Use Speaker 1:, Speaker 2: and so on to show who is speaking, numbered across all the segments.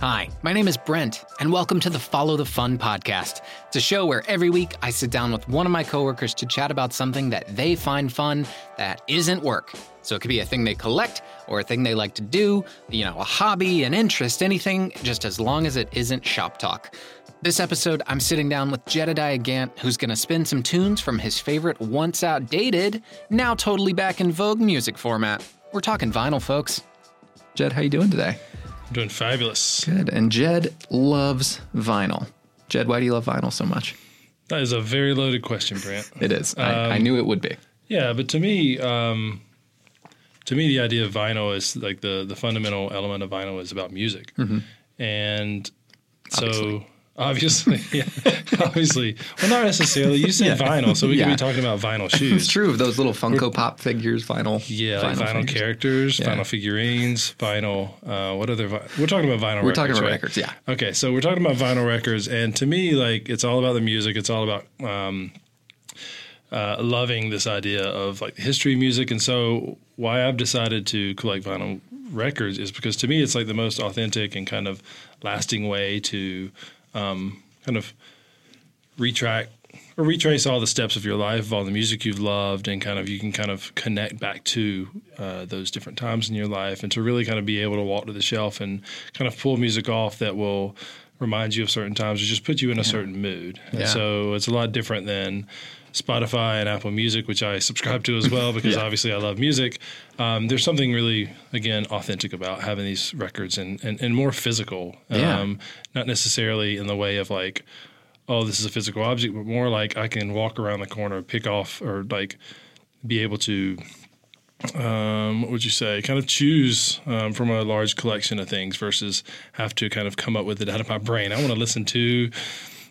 Speaker 1: Hi, my name is Brent, and welcome to the Follow the Fun podcast. It's a show where every week I sit down with one of my coworkers to chat about something that they find fun that isn't work. So it could be a thing they collect or a thing they like to do, you know, a hobby, an interest, anything, just as long as it isn't shop talk. This episode, I'm sitting down with Jedediah Gant, who's going to spin some tunes from his favorite once outdated, now totally back in vogue music format. We're talking vinyl, folks. Jed, how you doing today?
Speaker 2: Doing fabulous.
Speaker 1: Good. And Jed loves vinyl. Jed, why do you love vinyl so much?
Speaker 2: That is a very loaded question, Brant.
Speaker 1: It is. I, I knew it would be.
Speaker 2: yeah, but to me, um, to me, the idea of vinyl is like the the fundamental element of vinyl is about music,
Speaker 1: Mm-hmm.
Speaker 2: and so obviously, yeah, obviously, well, not necessarily. You said vinyl, so we
Speaker 1: Yeah.
Speaker 2: could be talking about vinyl
Speaker 1: It's
Speaker 2: shoes.
Speaker 1: true of those little Funko Pop figures, vinyl.
Speaker 2: Yeah, like vinyl
Speaker 1: figures.
Speaker 2: characters, vinyl figurines, vinyl. Uh, what other? Vi- we're talking about vinyl.
Speaker 1: We're
Speaker 2: records,
Speaker 1: talking about
Speaker 2: right?
Speaker 1: records, yeah.
Speaker 2: Okay, so we're talking about vinyl records, and to me, like it's all about the music. It's all about um, uh, loving this idea of like the history of music, and so why I've decided to collect vinyl records is because to me it's like the most authentic and kind of lasting way to um, kind of retrack or retrace all the steps of your life of all the music you've loved and kind of you can kind of connect back to uh, those different times in your life and to really kind of be able to walk to the shelf and kind of pull music off that will remind you of certain times or just put you in a certain mood and
Speaker 1: Yeah.
Speaker 2: so it's a lot different than spotify and apple music which i subscribe to as well because obviously i love music um, there's something really again authentic about having these records and, and, and more physical
Speaker 1: Yeah.
Speaker 2: um, not necessarily in the way of like oh, this is a physical object, but more like I can walk around the corner, pick off, or like be able to, um, what would you say, kind of choose um, from a large collection of things versus have to kind of come up with it out of my brain. I want to listen to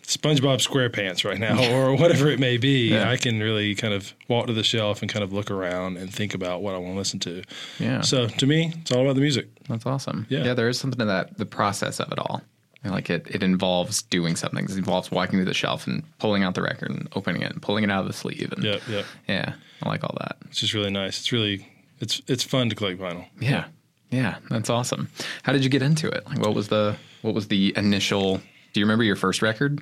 Speaker 2: SpongeBob SquarePants right now, or whatever it may be.
Speaker 1: Yeah.
Speaker 2: I can really kind of walk to the shelf and kind of look around and think about what I want to listen to.
Speaker 1: Yeah.
Speaker 2: So to me, it's all about the music.
Speaker 1: That's awesome.
Speaker 2: Yeah.
Speaker 1: there is something to that, the process of it all. And like it, it involves doing something. It involves walking to the shelf and pulling out the record and opening it and pulling it out of the sleeve. And
Speaker 2: Yeah, yeah.
Speaker 1: yeah, I like all that.
Speaker 2: It's just really nice. It's really it's it's fun to collect vinyl.
Speaker 1: Yeah. Yeah, that's awesome. How did you get into it? Like what was the what was the initial Do you remember your first record?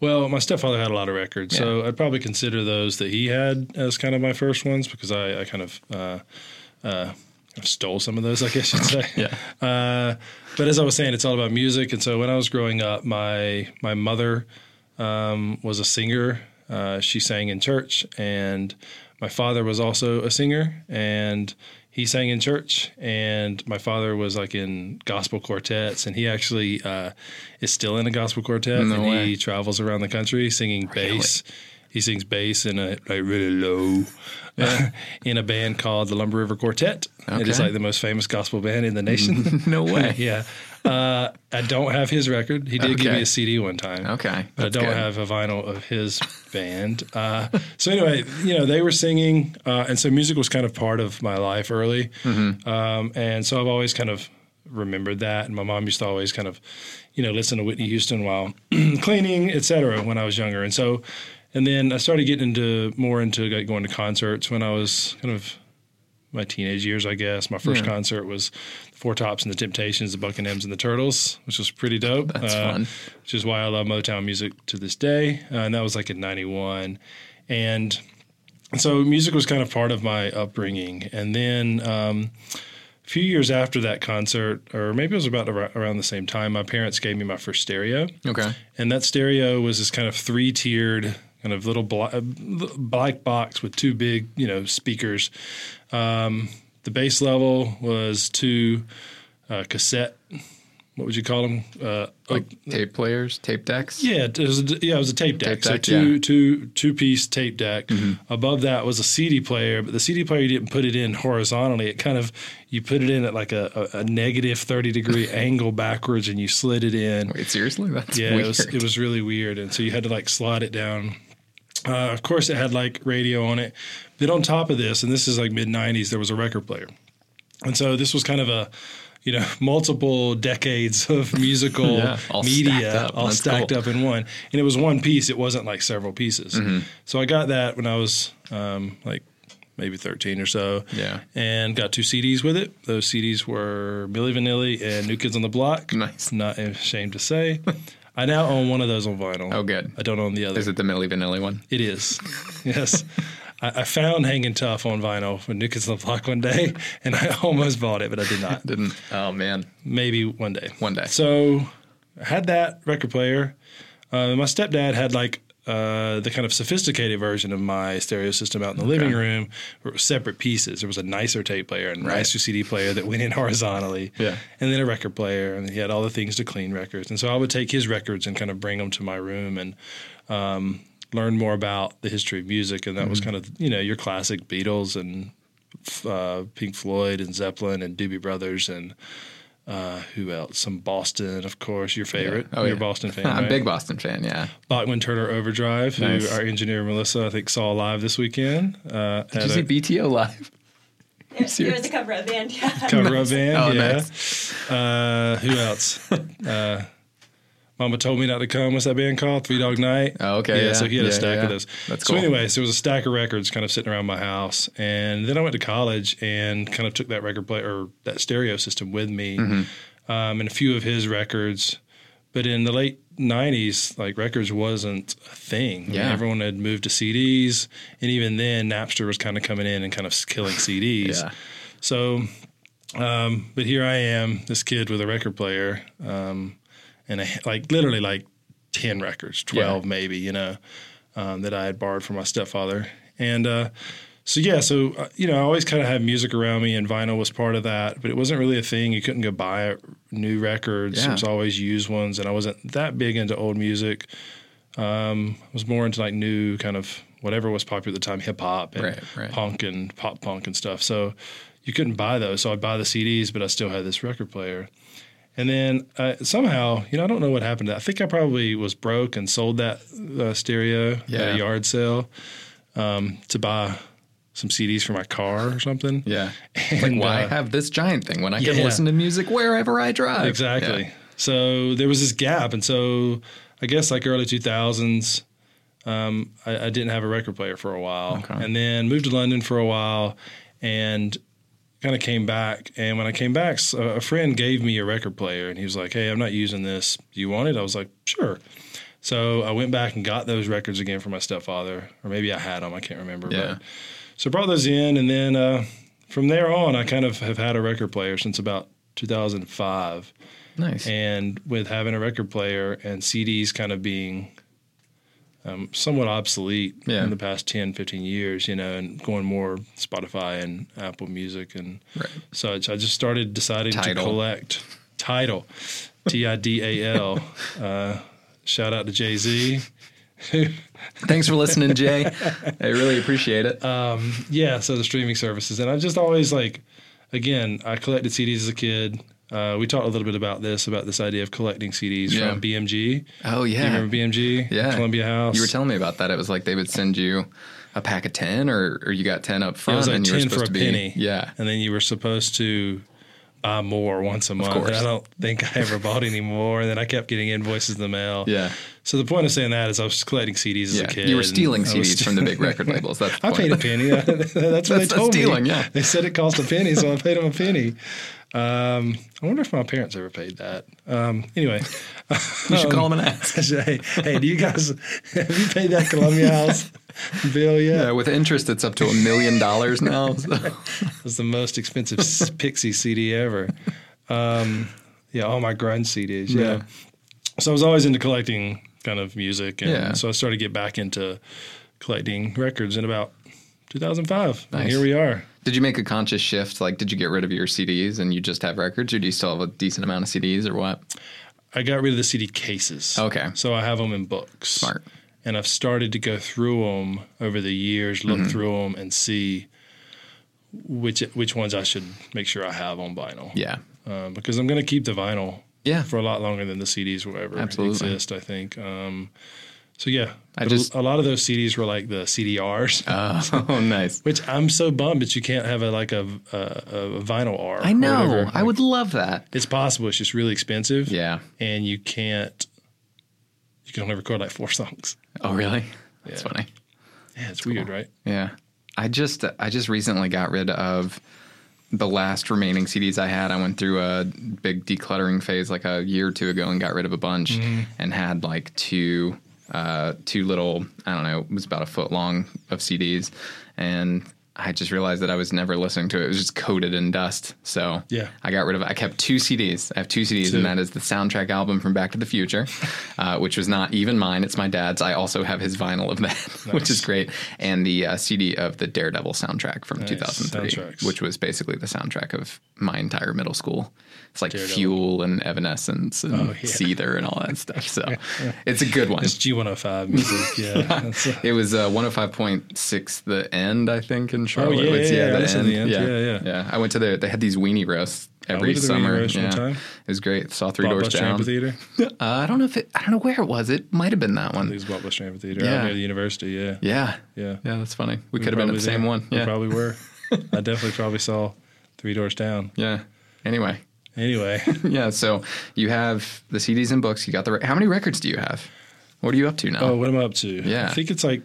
Speaker 2: Well, my stepfather had a lot of records, so I'd probably consider those that he had as kind of my first ones because I, I kind of uh, uh, stole some of those, I guess you'd say.
Speaker 1: Yeah.
Speaker 2: Uh, but as I was saying, it's all about music, and so when I was growing up, my my mother um, was a singer. Uh, she sang in church, and my father was also a singer, and he sang in church. And my father was like in gospel quartets, and he actually uh, is still in a gospel quartet,
Speaker 1: No
Speaker 2: and
Speaker 1: way.
Speaker 2: he travels around the country singing bass. He sings bass in a like really low, in a band called the Lumber River Quartet. It is
Speaker 1: Okay.
Speaker 2: like the most famous gospel band in the nation.
Speaker 1: No way.
Speaker 2: yeah, uh, I don't have his record. He did give
Speaker 1: Okay.
Speaker 2: me a CD one time.
Speaker 1: Okay.
Speaker 2: But I
Speaker 1: that's
Speaker 2: Uh, don't
Speaker 1: good.
Speaker 2: have a vinyl of his band. Uh, so anyway, you know, they were singing, uh, and so music was kind of part of my life early,
Speaker 1: Mm-hmm.
Speaker 2: um, and so I've always kind of remembered that. And my mom used to always kind of, you know, listen to Whitney Houston while cleaning, etc. When I was younger, and so, and then I started getting into more into like going to concerts when I was kind of my teenage years, I guess. My first
Speaker 1: Yeah.
Speaker 2: concert was Four Tops and the Temptations, the Buckinghams and the Turtles, which was pretty dope. Uh,
Speaker 1: That's fun.
Speaker 2: Which is why I love Motown music to this day. Uh, and that was like in 91. And so music was kind of part of my upbringing. And then um, a few years after that concert, or maybe it was about ar- around the same time, my parents gave me my first stereo.
Speaker 1: Okay.
Speaker 2: And that stereo was this kind of three tiered kind of little bla- black box with two big, you know, speakers. Um, the bass level was two uh, cassette. What would you call them? Uh,
Speaker 1: Like tape players, tape decks.
Speaker 2: yeah, it was a, yeah, it was a tape deck.
Speaker 1: Tape
Speaker 2: so
Speaker 1: deck,
Speaker 2: two
Speaker 1: yeah. Mm-hmm.
Speaker 2: two- two piece tape deck. Above that was a CD player, but the CD player you didn't put it in horizontally. It kind of you put it in at like a, a, a negative thirty degree angle backwards, and you slid it in.
Speaker 1: Wait, seriously? That's
Speaker 2: Yeah,
Speaker 1: weird.
Speaker 2: it was it was really weird, and so you had to like slide it down. Uh, of course, it had like radio on it, but on top of this, and this is like mid '90s, there was a record player, and so this was kind of a you know multiple decades of musical
Speaker 1: Yeah, all stacked
Speaker 2: media
Speaker 1: up.
Speaker 2: all
Speaker 1: That's
Speaker 2: stacked
Speaker 1: cool. Mm-hmm.
Speaker 2: up in one, and it was one piece. It wasn't like several pieces. So I got that when I was um, like maybe 13 or so.
Speaker 1: Yeah.
Speaker 2: And got two CDs with it. Those CDs were Billy Vanilli and New Kids on the Block.
Speaker 1: Nice.
Speaker 2: Not ashamed to say. I now own one of those on vinyl.
Speaker 1: Oh, good.
Speaker 2: I don't own the other.
Speaker 1: Is it the Milli Vanilli one?
Speaker 2: It is. yes. I, I found Hanging Tough on vinyl with New Kids on the Block one day, and I almost bought it, but I did not.
Speaker 1: Didn't. Oh man.
Speaker 2: Maybe one day.
Speaker 1: One day.
Speaker 2: So I had that record player. Uh, my stepdad had like uh, the kind of sophisticated version of my stereo system out in the living room, where it was separate pieces. There was a nicer tape player and
Speaker 1: Right.
Speaker 2: nicer CD player that went in horizontally,
Speaker 1: Yeah.
Speaker 2: and then a record player, and he had all the things to clean records. And so I would take his records and kind of bring them to my room and. Um, Learn more about the history of music, and that
Speaker 1: Mm-hmm.
Speaker 2: was kind of you know your classic Beatles and uh, Pink Floyd and Zeppelin and Doobie Brothers and uh, who else? Some Boston, of course, your favorite.
Speaker 1: Oh,
Speaker 2: You're
Speaker 1: yeah.
Speaker 2: a Boston fan.
Speaker 1: I'm a
Speaker 2: right?
Speaker 1: big Boston fan. Yeah.
Speaker 2: Bachman Turner Overdrive,
Speaker 1: Nice.
Speaker 2: who our engineer Melissa, I think, saw live this weekend. Uh,
Speaker 1: Did
Speaker 2: at
Speaker 1: you see
Speaker 2: a
Speaker 1: BTO live?
Speaker 3: It, was- it
Speaker 1: serious?
Speaker 3: was a cover of band. Yeah.
Speaker 2: cover up band.
Speaker 1: Oh,
Speaker 2: yeah.
Speaker 1: nice.
Speaker 2: Uh, who else? uh, Mama told me not to come. What's that band called? Three Dog Night.
Speaker 1: Oh, okay,
Speaker 2: Yeah,
Speaker 1: yeah,
Speaker 2: so he had
Speaker 1: yeah,
Speaker 2: a stack
Speaker 1: yeah.
Speaker 2: of those.
Speaker 1: That's
Speaker 2: so,
Speaker 1: cool.
Speaker 2: anyways, there was a stack of records kind of sitting around my house, and then I went to college and kind of took that record player or that stereo system with me,
Speaker 1: Mm-hmm.
Speaker 2: um, and a few of his records. But in the late '90s, like records wasn't a thing. I mean,
Speaker 1: Yeah.
Speaker 2: everyone had moved to CDs, and even then, Napster was kind of coming in and kind of killing CDs.
Speaker 1: Yeah.
Speaker 2: So um, but here I am, this kid with a record player, um, and a, like literally like ten records, twelve maybe, you know, um, that I had borrowed from my stepfather, and uh, so yeah, so uh, you know, I always kind of had music around me, and vinyl was part of that, but it wasn't really a thing. You couldn't go buy new records;
Speaker 1: Yeah.
Speaker 2: it was always used ones, and I wasn't that big into old music. Um, I was more into like new kind of whatever was popular at the time, hip hop and
Speaker 1: Right, right.
Speaker 2: punk and pop punk and stuff. So you couldn't buy those. So I'd buy the CDs, but I still had this record player. And then uh, somehow, you know, I don't know what happened. to that. I think I probably was broke and sold that uh, stereo at
Speaker 1: Yeah.
Speaker 2: a yard sale um, to buy some CDs for my car or something.
Speaker 1: Yeah. like
Speaker 2: And,
Speaker 1: why
Speaker 2: uh,
Speaker 1: have this giant thing when I can
Speaker 2: yeah.
Speaker 1: listen to music wherever I drive?
Speaker 2: Exactly.
Speaker 1: Yeah.
Speaker 2: So there was this gap, and so I guess like early two thousands, um, I, I didn't have a record player for a while,
Speaker 1: Okay.
Speaker 2: and then moved to London for a while, and kind of came back. And when I came back, s- a a friend gave me a record player, and he was like, "Hey, I'm not using this. Do you want it?" I was like, "Sure." So I went back and got those records again for my stepfather, or maybe I had them. I can't remember.
Speaker 1: Yeah.
Speaker 2: But so I brought those in, and then uh, from there on, I kind of have had a record player since about 2005
Speaker 1: Nice.
Speaker 2: and with having a record player and CDs kind of being um, somewhat obsolete
Speaker 1: Yeah.
Speaker 2: in the past 10, 15 years, you know, and going more Spotify and Apple Music and
Speaker 1: Right.
Speaker 2: such, I just started deciding
Speaker 1: Tidal.
Speaker 2: to collect title, T I D A L. Uh, Shout out to Jay Z.
Speaker 1: Thanks for listening, Jay. I really appreciate it.
Speaker 2: Uh, Yeah, so the streaming services. And I just always like, again, I collected CDs as a kid. Uh, we talked a little bit about this, about this idea of collecting CDs
Speaker 1: Yeah.
Speaker 2: from BMG.
Speaker 1: oh
Speaker 2: Do you
Speaker 1: yeah.
Speaker 2: remember BMG?
Speaker 1: Yeah.
Speaker 2: Columbia House.
Speaker 1: You were telling me about that. It was like they would send you a pack of ten, or, or you got ten up
Speaker 2: It
Speaker 1: front,
Speaker 2: was like
Speaker 1: and you
Speaker 2: ten
Speaker 1: were
Speaker 2: for
Speaker 1: supposed
Speaker 2: a
Speaker 1: to be
Speaker 2: penny.
Speaker 1: yeah.
Speaker 2: and then you were supposed to buy more once a month.
Speaker 1: course.
Speaker 2: I don't think I ever bought any more. And then I kept getting invoices in the mail.
Speaker 1: Yeah,
Speaker 2: So the point of saying that is I was collecting CDs as a
Speaker 1: yeah.
Speaker 2: kid.
Speaker 1: You were
Speaker 2: and
Speaker 1: stealing
Speaker 2: I was
Speaker 1: CDs from the big record labels. That's the
Speaker 2: I
Speaker 1: point.
Speaker 2: paid a penny. That's what they
Speaker 1: That's- that's
Speaker 2: told me.
Speaker 1: stealing, yeah.
Speaker 2: They said it cost a penny, so I paid them a penny. Um, I wonder if my parents ever paid that. Um, anyway,
Speaker 1: you should call them and ask.
Speaker 2: hey, hey, do you guys have you paid that Columbia House bill yet?
Speaker 1: Yeah, Uh, with interest, it's up to a million dollars now. so-
Speaker 2: It was the most expensive s- Pixie CD ever. Um, yeah, all my grunge CDs. Yeah.
Speaker 1: Yeah.
Speaker 2: So I was always into collecting kind of music. And
Speaker 1: Yeah.
Speaker 2: so I started to get back into collecting records in about 2005. And
Speaker 1: Nice.
Speaker 2: here we are.
Speaker 1: Did you make a conscious shift? Like, did you get rid of your CDs and you just have records, or do you still have a decent amount of CDs, or what?
Speaker 2: I got rid of the CD cases.
Speaker 1: Okay.
Speaker 2: So I have them in books.
Speaker 1: Smart.
Speaker 2: And I've started to go through them over the years,
Speaker 1: Mm-hmm.
Speaker 2: look through 'em through them and see which which ones I should make sure I have on vinyl.
Speaker 1: Yeah,
Speaker 2: um, because I'm going to keep the vinyl
Speaker 1: Yeah.
Speaker 2: for a lot longer than the CDs will ever
Speaker 1: Absolutely.
Speaker 2: exist, I think. Um, so, yeah.
Speaker 1: I
Speaker 2: But
Speaker 1: just-
Speaker 2: a lot of those CDs were like the CDRs,
Speaker 1: Oh, nice.
Speaker 2: which I'm so bummed that you can't have a like a, a, a vinyl R.
Speaker 1: I
Speaker 2: or
Speaker 1: know.
Speaker 2: whatever.
Speaker 1: I would love that.
Speaker 2: It's possible. It's just really expensive.
Speaker 1: Yeah.
Speaker 2: And you can't, you can only record like four songs.
Speaker 1: Oh, really? That's funny.
Speaker 2: Yeah, it's weird, right?
Speaker 1: Yeah.
Speaker 4: I just I just recently got rid of the last remaining CDs I had. I went through a big decluttering phase like a year or two ago and got rid of a bunch and had like two uh, two little I don't know it was about a foot long of CDs and. I just realized that I was never listening to it. It was just coated in dust. So
Speaker 2: Yeah.
Speaker 4: I got rid of it. I kept two CDs. I have two CDs,
Speaker 2: Two.
Speaker 4: and that is the soundtrack album from Back to the Future, uh, which was not even mine. It's my dad's. I also have his vinyl of that, which is
Speaker 2: Nice.
Speaker 4: great. And the uh, CD of the Daredevil soundtrack from
Speaker 2: Nice.
Speaker 4: 2003,
Speaker 2: Soundtracks.
Speaker 4: which was basically the soundtrack of my entire middle school. It's like
Speaker 2: Daredevil. Oh,
Speaker 4: Fuel and Evanescence and
Speaker 2: yeah.
Speaker 4: Seether and all that stuff. So it's a good one.
Speaker 2: It's G105 music. Yeah. That's a-
Speaker 4: It was uh, 105.6 the end, I think, in Charlotte.
Speaker 2: Oh, yeah,
Speaker 4: It was-
Speaker 2: yeah, yeah. I listened to The End. Yeah, yeah.
Speaker 4: I went to their, they had these weenie roasts every
Speaker 2: went to the weenie
Speaker 4: summer.
Speaker 2: roast one
Speaker 4: yeah.
Speaker 2: time.
Speaker 4: It was great. Saw Three Doors
Speaker 2: Blockbuster
Speaker 4: Down.
Speaker 2: Amphitheater.
Speaker 4: Uh, I don't know if it, I don't know where it was. It might have been that
Speaker 2: It
Speaker 4: one.
Speaker 2: was Blockbuster Amphitheater out
Speaker 4: Yeah.
Speaker 2: near the university. Yeah.
Speaker 4: Yeah.
Speaker 2: Yeah.
Speaker 4: Yeah, that's funny. We could have been at the
Speaker 2: Probably
Speaker 4: same
Speaker 2: there.
Speaker 4: one.
Speaker 2: We
Speaker 4: Yeah.
Speaker 2: probably were. I definitely probably saw Three Doors Down.
Speaker 4: Yeah. Anyway.
Speaker 2: Anyway,
Speaker 4: Yeah. So you have the CDs and books. You got the, re- how many records do you have? What are you up to now?
Speaker 2: oh, what am I up to?
Speaker 4: Yeah.
Speaker 2: I think it's like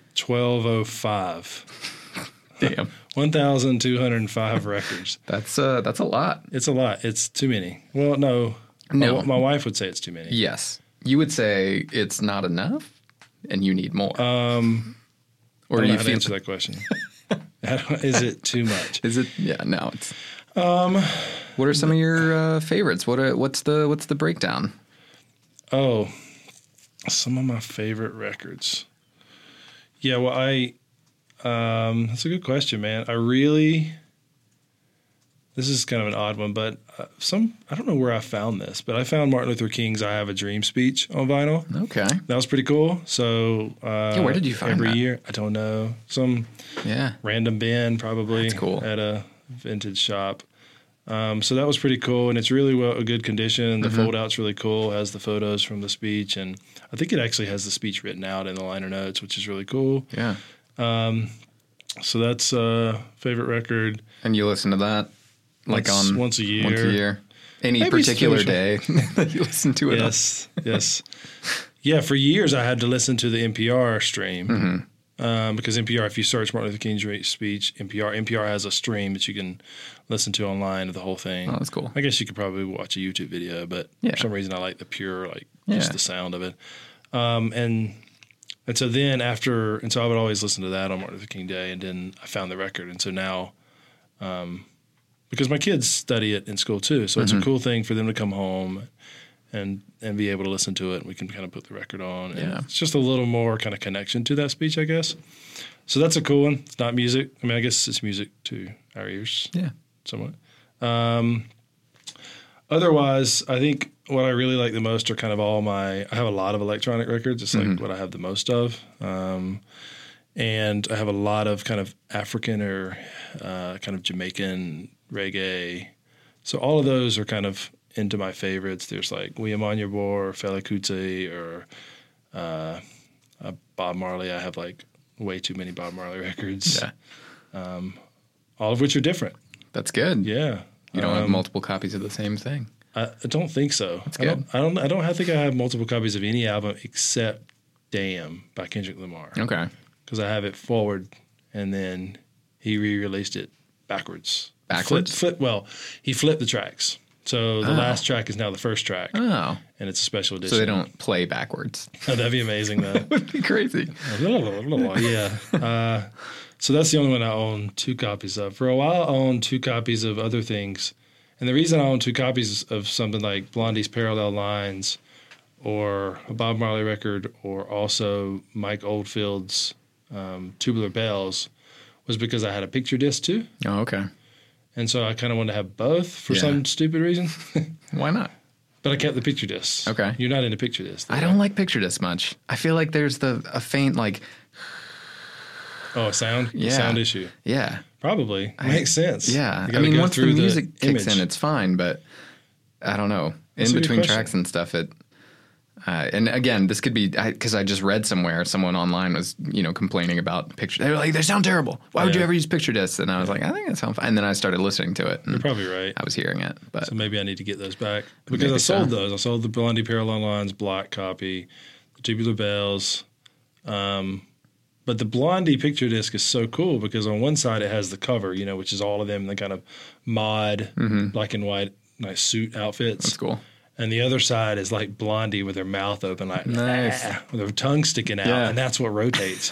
Speaker 2: 1205.
Speaker 4: damn.
Speaker 2: 1,205 records.
Speaker 4: That's, uh, that's a lot.
Speaker 2: It's a lot. It's too many. Well, no.
Speaker 4: No.
Speaker 2: My, my wife would say it's too many.
Speaker 4: Yes. You would say it's not enough and you need more.
Speaker 2: Um,
Speaker 4: or
Speaker 2: I don't
Speaker 4: you
Speaker 2: know how to
Speaker 4: feel
Speaker 2: answer that question. How do I- Is it too much?
Speaker 4: Is it? Yeah, no. It's. Um, what are some of your uh, favorites? What are, what's the what's the breakdown?
Speaker 2: Oh, some of my favorite records. Yeah, well, I. Um, that's a good question, man. I really. This is kind of an odd one, but uh, some I don't know where I found this, but I found Martin Luther King's "I Have a Dream" speech on vinyl.
Speaker 4: Okay.
Speaker 2: That was pretty cool. So, uh,
Speaker 4: Yeah, where did you find
Speaker 2: every
Speaker 4: that?
Speaker 2: year? I don't know. Some
Speaker 4: Yeah.
Speaker 2: random bin probably
Speaker 4: That's cool.
Speaker 2: at a vintage shop. Um, so that was pretty cool, and it's really well a good condition.
Speaker 4: Mm-hmm.
Speaker 2: The fold out's really cool. Has the photos from the speech, and I think it actually has the speech written out in the liner notes, which is really cool.
Speaker 4: Yeah.
Speaker 2: So that's uh, favorite record.
Speaker 4: And you listen to that like
Speaker 2: Once-
Speaker 4: on
Speaker 2: once a year.
Speaker 4: Once a year. Any
Speaker 2: Maybe it's
Speaker 4: particular day
Speaker 2: special.
Speaker 4: that you listen to it? on?
Speaker 2: Yes, yes, yeah. For years, I had to listen to the NPR stream
Speaker 4: Mm-hmm.
Speaker 2: um, because NPR. If you search Martin Luther King's re- speech, NPR, NPR has a stream that you can listen to online of the whole thing.
Speaker 4: Oh, that's cool.
Speaker 2: I guess you could probably watch a YouTube video, but
Speaker 4: Yeah.
Speaker 2: for some reason I like the pure, like
Speaker 4: Yeah.
Speaker 2: just the sound of it. Um, and and so then after, and so I would always listen to that on Martin Luther King Day, and then I found the record, and so now, um, because my kids study it in school too, so it's a cool thing for them to come home and and be able to listen to it, and we can kind of put the record on, and
Speaker 4: Yeah.
Speaker 2: it's just a little more kind of connection to that speech, I guess. So that's a cool one. It's not music. I mean, I guess it's music to our ears
Speaker 4: Yeah.
Speaker 2: somewhat. Um, otherwise, I think what I really like the most are kind of all my. I have a lot of electronic records. It's like what I have the most of, um, and I have a lot of kind of African or uh, kind of Jamaican reggae. So all of those are kind of into my favorites. There's like William Onyebor, or Fela Kuti, or uh, uh, Bob Marley. I have like way too many Bob Marley records,
Speaker 4: Yeah.
Speaker 2: all of which are different.
Speaker 4: That's good.
Speaker 2: Yeah. um,
Speaker 4: You don't have multiple copies of the same thing.
Speaker 2: I, I don't think so. That's
Speaker 4: good.
Speaker 2: I don't. I don't, I don't have- think I have multiple copies of any album except "Damn" by Kendrick Lamar
Speaker 4: Okay.
Speaker 2: because I have it forward, and then he re-released it backwards.
Speaker 4: Backwards?
Speaker 2: Flip, flip, well, he flipped the tracks, so the
Speaker 4: Oh.
Speaker 2: last track is now the first track,
Speaker 4: Oh.
Speaker 2: and it's a special edition.
Speaker 4: So they don't play backwards.
Speaker 2: Oh, that'd be amazing though.
Speaker 4: That'd be crazy.
Speaker 2: yeah. Uh, so that's the only one I own two copies of. For a while, I owned two copies of other things. And the reason I own two copies of something like Blondie's Parallel Lines or a Bob Marley record or also Mike Oldfield's um, Tubular Bells was because I had a picture disc too.
Speaker 4: Oh, okay.
Speaker 2: And so I kind of wanted to have both for
Speaker 4: Yeah.
Speaker 2: some stupid reason.
Speaker 4: Why not?
Speaker 2: but I kept the picture disc.
Speaker 4: Okay.
Speaker 2: You're not into picture disc.
Speaker 4: I don't like picture disc much. I feel like there's the a faint like
Speaker 2: Oh, sound?
Speaker 4: Yeah.
Speaker 2: Sound issue.
Speaker 4: yeah.
Speaker 2: Probably makes sense. You
Speaker 4: Yeah, I
Speaker 2: gotta
Speaker 4: mean,
Speaker 2: go
Speaker 4: once the
Speaker 2: through
Speaker 4: music kicks
Speaker 2: image.
Speaker 4: in, it's fine. But I don't know.
Speaker 2: That's
Speaker 4: in
Speaker 2: a good
Speaker 4: between
Speaker 2: question.
Speaker 4: tracks and stuff, it. Uh, and again, this could be because I, just read somewhere someone online was you know complaining about picture. They were like, "They sound terrible. Why would you
Speaker 2: Yeah.
Speaker 4: ever use picture discs?" And I was like, "I think that sounds fine." And then I started listening to it, and
Speaker 2: You're probably right.
Speaker 4: I was hearing it. But
Speaker 2: So maybe I need to get those back because
Speaker 4: Maybe
Speaker 2: I sold
Speaker 4: so.
Speaker 2: those. I sold the Blondie Parallel Lines block copy, the Tubular Bells, um, But the Blondie picture disc is so cool because on one side it has the cover, you know, which is all of them in the kind of mod black and white nice suit outfits.
Speaker 4: Mm-hmm. That's cool.
Speaker 2: And the other side is like Blondie with their mouth open, like
Speaker 4: Nice.
Speaker 2: "Ah," with her tongue sticking out,
Speaker 4: Yeah.
Speaker 2: and that's what rotates,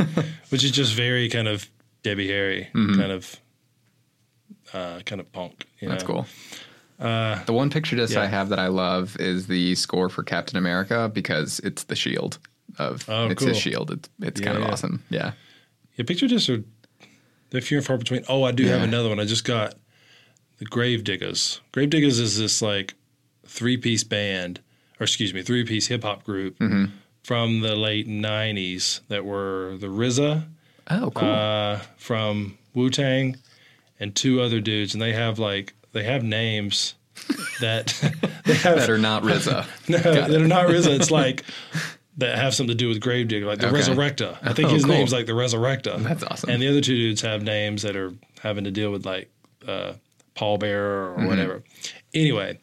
Speaker 2: which is just very kind of Debbie Harry,
Speaker 4: Mm-hmm.
Speaker 2: kind of, uh, kind of punk. You
Speaker 4: That's
Speaker 2: know?
Speaker 4: cool. the one picture disc I
Speaker 2: Uh, yeah.
Speaker 4: have that I love is the score for Captain America because it's the shield of
Speaker 2: Oh,
Speaker 4: it's
Speaker 2: cool.
Speaker 4: his shield. It's it's kind of
Speaker 2: Yeah.
Speaker 4: awesome. Yeah.
Speaker 2: Yeah, picture discs are they're few and far between. Oh, I do have
Speaker 4: Yeah.
Speaker 2: another one. I just got the Grave Diggers. Grave Diggers is this like three piece band, or excuse me, three piece hip hop group
Speaker 4: Mm-hmm.
Speaker 2: from the late '90s that were the RZA
Speaker 4: Oh, cool.
Speaker 2: uh, from Wu Tang and two other dudes, and they have like they have names that they have
Speaker 4: Better not RZA.
Speaker 2: no, they're not RZA. It's like that have something to do with Gravedigger, like the
Speaker 4: Okay.
Speaker 2: Resurrecta. I think
Speaker 4: Oh,
Speaker 2: his
Speaker 4: cool.
Speaker 2: name's like the Resurrecta.
Speaker 4: That's awesome.
Speaker 2: And the other two dudes have names that are having to deal with like uh, pallbearer
Speaker 4: Mm-hmm.
Speaker 2: or whatever. Anyway,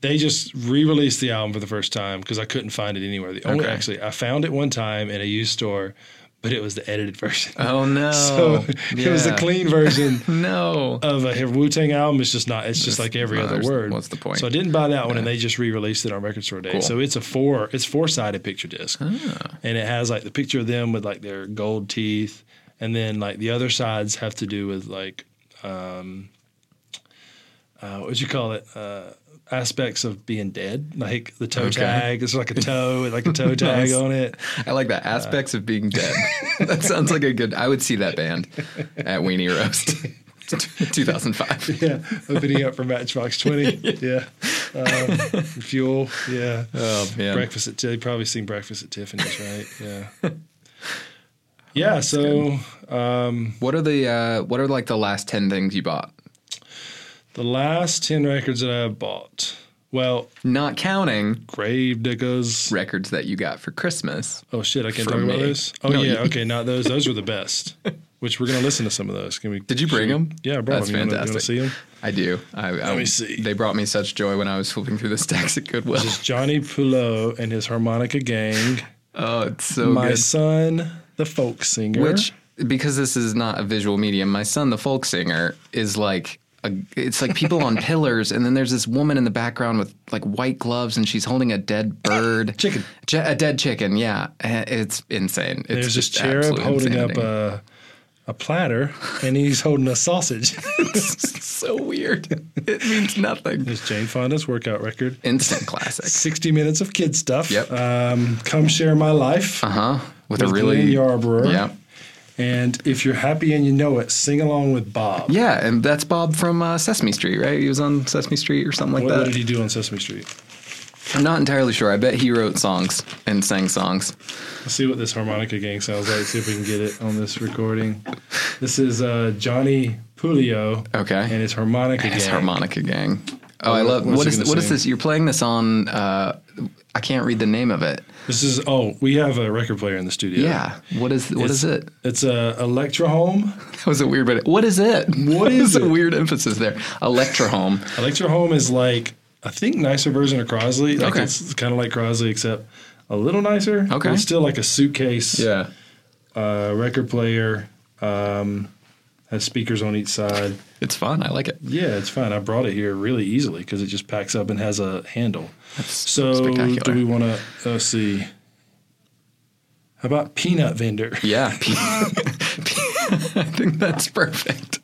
Speaker 2: they just re-released the album for the first time because I couldn't find it anywhere. The only
Speaker 4: Okay.
Speaker 2: actually I found it one time in a used store, but it was the edited version.
Speaker 4: oh no.
Speaker 2: so it was the
Speaker 4: Yeah.
Speaker 2: clean Uh, version
Speaker 4: No.
Speaker 2: of a Wu Tang album. It's just not. It's just like every
Speaker 4: no,
Speaker 2: other
Speaker 4: there's-
Speaker 2: word.
Speaker 4: what's the point?
Speaker 2: So I didn't buy that one, and they just re-released it on Record Store Day.
Speaker 4: Cool. Ah.
Speaker 2: So it's a four. It's four sided picture disc, and it has like the picture of them with like their gold teeth, and then like the other sides have to do with like, um, uh, what would you call it? Uh, aspects of being dead, like the toe
Speaker 4: Okay.
Speaker 2: tag. It's like a toe, like a toe tag
Speaker 4: Nice.
Speaker 2: on it.
Speaker 4: I like that. Aspects of being dead. that sounds like a good. I would see that band at Weenie Roast, 2005.
Speaker 2: Yeah, opening up for Matchbox Twenty. yeah, um, fuel. Yeah.
Speaker 4: Oh man.
Speaker 2: Breakfast at Tiffany's. Probably seen Breakfast at Tiffany's, right? Yeah. yeah. So
Speaker 4: What are the uh, What are like the last ten things you bought?
Speaker 2: the last ten records that I bought, well,
Speaker 4: Not counting
Speaker 2: Grave Diggers.
Speaker 4: records that you got for Christmas.
Speaker 2: Oh shit, I can't
Speaker 4: For
Speaker 2: talk about
Speaker 4: me.
Speaker 2: those. Oh
Speaker 4: No,
Speaker 2: yeah,
Speaker 4: you-
Speaker 2: okay, not those. Those were the best. Which we're gonna listen to some of those. Can we?
Speaker 4: Did you bring them?
Speaker 2: Yeah, I brought
Speaker 4: That's
Speaker 2: them. You wanna- You want to
Speaker 4: fantastic.
Speaker 2: see them?
Speaker 4: I do. I, Let
Speaker 2: me see.
Speaker 4: They brought me such joy when I was flipping through the stacks at Goodwill.
Speaker 2: This is Johnny Pulo and his harmonica gang.
Speaker 4: Oh, it's so
Speaker 2: My
Speaker 4: good.
Speaker 2: son, the folk singer.
Speaker 4: Which, because this is not a visual medium, my son, the folk singer, is like. A, it's like people on pillars, and then there's this woman in the background with like white gloves, and she's holding a dead bird,
Speaker 2: Chicken.
Speaker 4: Ch- a dead chicken. Yeah, Eh, it's insane. It's
Speaker 2: there's this
Speaker 4: just
Speaker 2: cherub
Speaker 4: absolute
Speaker 2: holding
Speaker 4: insanity.
Speaker 2: up a a platter, and he's holding a sausage.
Speaker 4: It's so weird. It means nothing.
Speaker 2: It's Jane Fonda's workout record.
Speaker 4: Instant classic.
Speaker 2: 60 minutes of kid stuff.
Speaker 4: Yep.
Speaker 2: Um, Come share my life.
Speaker 4: Uh huh. With,
Speaker 2: With
Speaker 4: a really
Speaker 2: Glenn Yarbrough.
Speaker 4: Yeah.
Speaker 2: And if you're happy and you know it, sing along with Bob.
Speaker 4: Yeah, and that's Bob from uh, Sesame Street, right? He was on Sesame Street or something like
Speaker 2: What, what
Speaker 4: that.
Speaker 2: did he do on Sesame Street?
Speaker 4: I'm not entirely sure. I bet he wrote songs and sang songs.
Speaker 2: Let's see what this harmonica gang sounds like. See if we can get it on this recording. This is uh, Johnny Pulio.
Speaker 4: Okay.
Speaker 2: And his harmonica
Speaker 4: His
Speaker 2: gang.
Speaker 4: harmonica gang. Oh, I
Speaker 2: What-
Speaker 4: love
Speaker 2: what's
Speaker 4: what
Speaker 2: he
Speaker 4: is
Speaker 2: gonna
Speaker 4: what is
Speaker 2: sing?
Speaker 4: this? You're playing this on. Uh, I can't read the name of it.
Speaker 2: this is oh, we have a record player in the studio.
Speaker 4: Yeah. What is what is it?
Speaker 2: It's a Electra Home.
Speaker 4: That was a weird. But what is it? What
Speaker 2: is
Speaker 4: a
Speaker 2: it?
Speaker 4: weird emphasis there? Electra Home.
Speaker 2: Electra Home is like I think nicer version of Crosley. Like
Speaker 4: Okay.
Speaker 2: It's kind of like Crosley except a little nicer.
Speaker 4: Okay.
Speaker 2: But It's still like a suitcase. uh, record player, um, has speakers on each side.
Speaker 4: It's fun. I like it.
Speaker 2: Yeah, it's fine. I brought it here really easily because it just packs up and has a handle. so,
Speaker 4: spectacular.
Speaker 2: do we want to uh, see? How about Peanut Vendor?
Speaker 4: Yeah. I think that's perfect.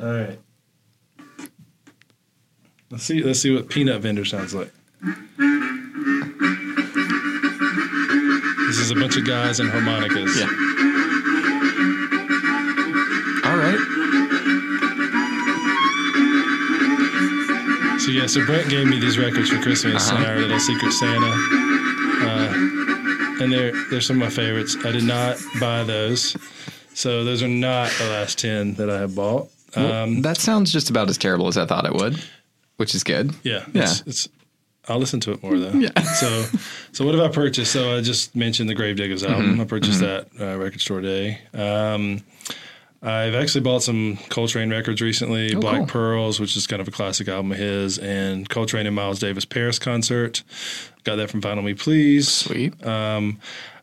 Speaker 2: All right. Let's see. Let's see what Peanut Vendor sounds like. This is a bunch of guys and harmonicas.
Speaker 4: Yeah. All right.
Speaker 2: So yeah, so Brent gave me these records for Christmas and our little Secret Santa, uh, and they're they're some of my favorites. I did not buy those, so those are not the last ten that I have bought. Um,
Speaker 4: that sounds just about as terrible as I thought it would, which is good.
Speaker 2: yeah,
Speaker 4: Yeah.
Speaker 2: It's, it's I'll listen to it more though. Yeah. So so what have I purchased? So I just mentioned the Gravediggers album.
Speaker 4: Mm-hmm.
Speaker 2: I purchased that uh, record store day. Um, I've actually bought some Coltrane records recently, Black
Speaker 4: Oh, cool.
Speaker 2: Pearls, which is kind of a classic album of his, and Coltrane and Miles Davis Paris concert. Got that from Vinyl Me Please.
Speaker 4: Sweet.
Speaker 2: Um,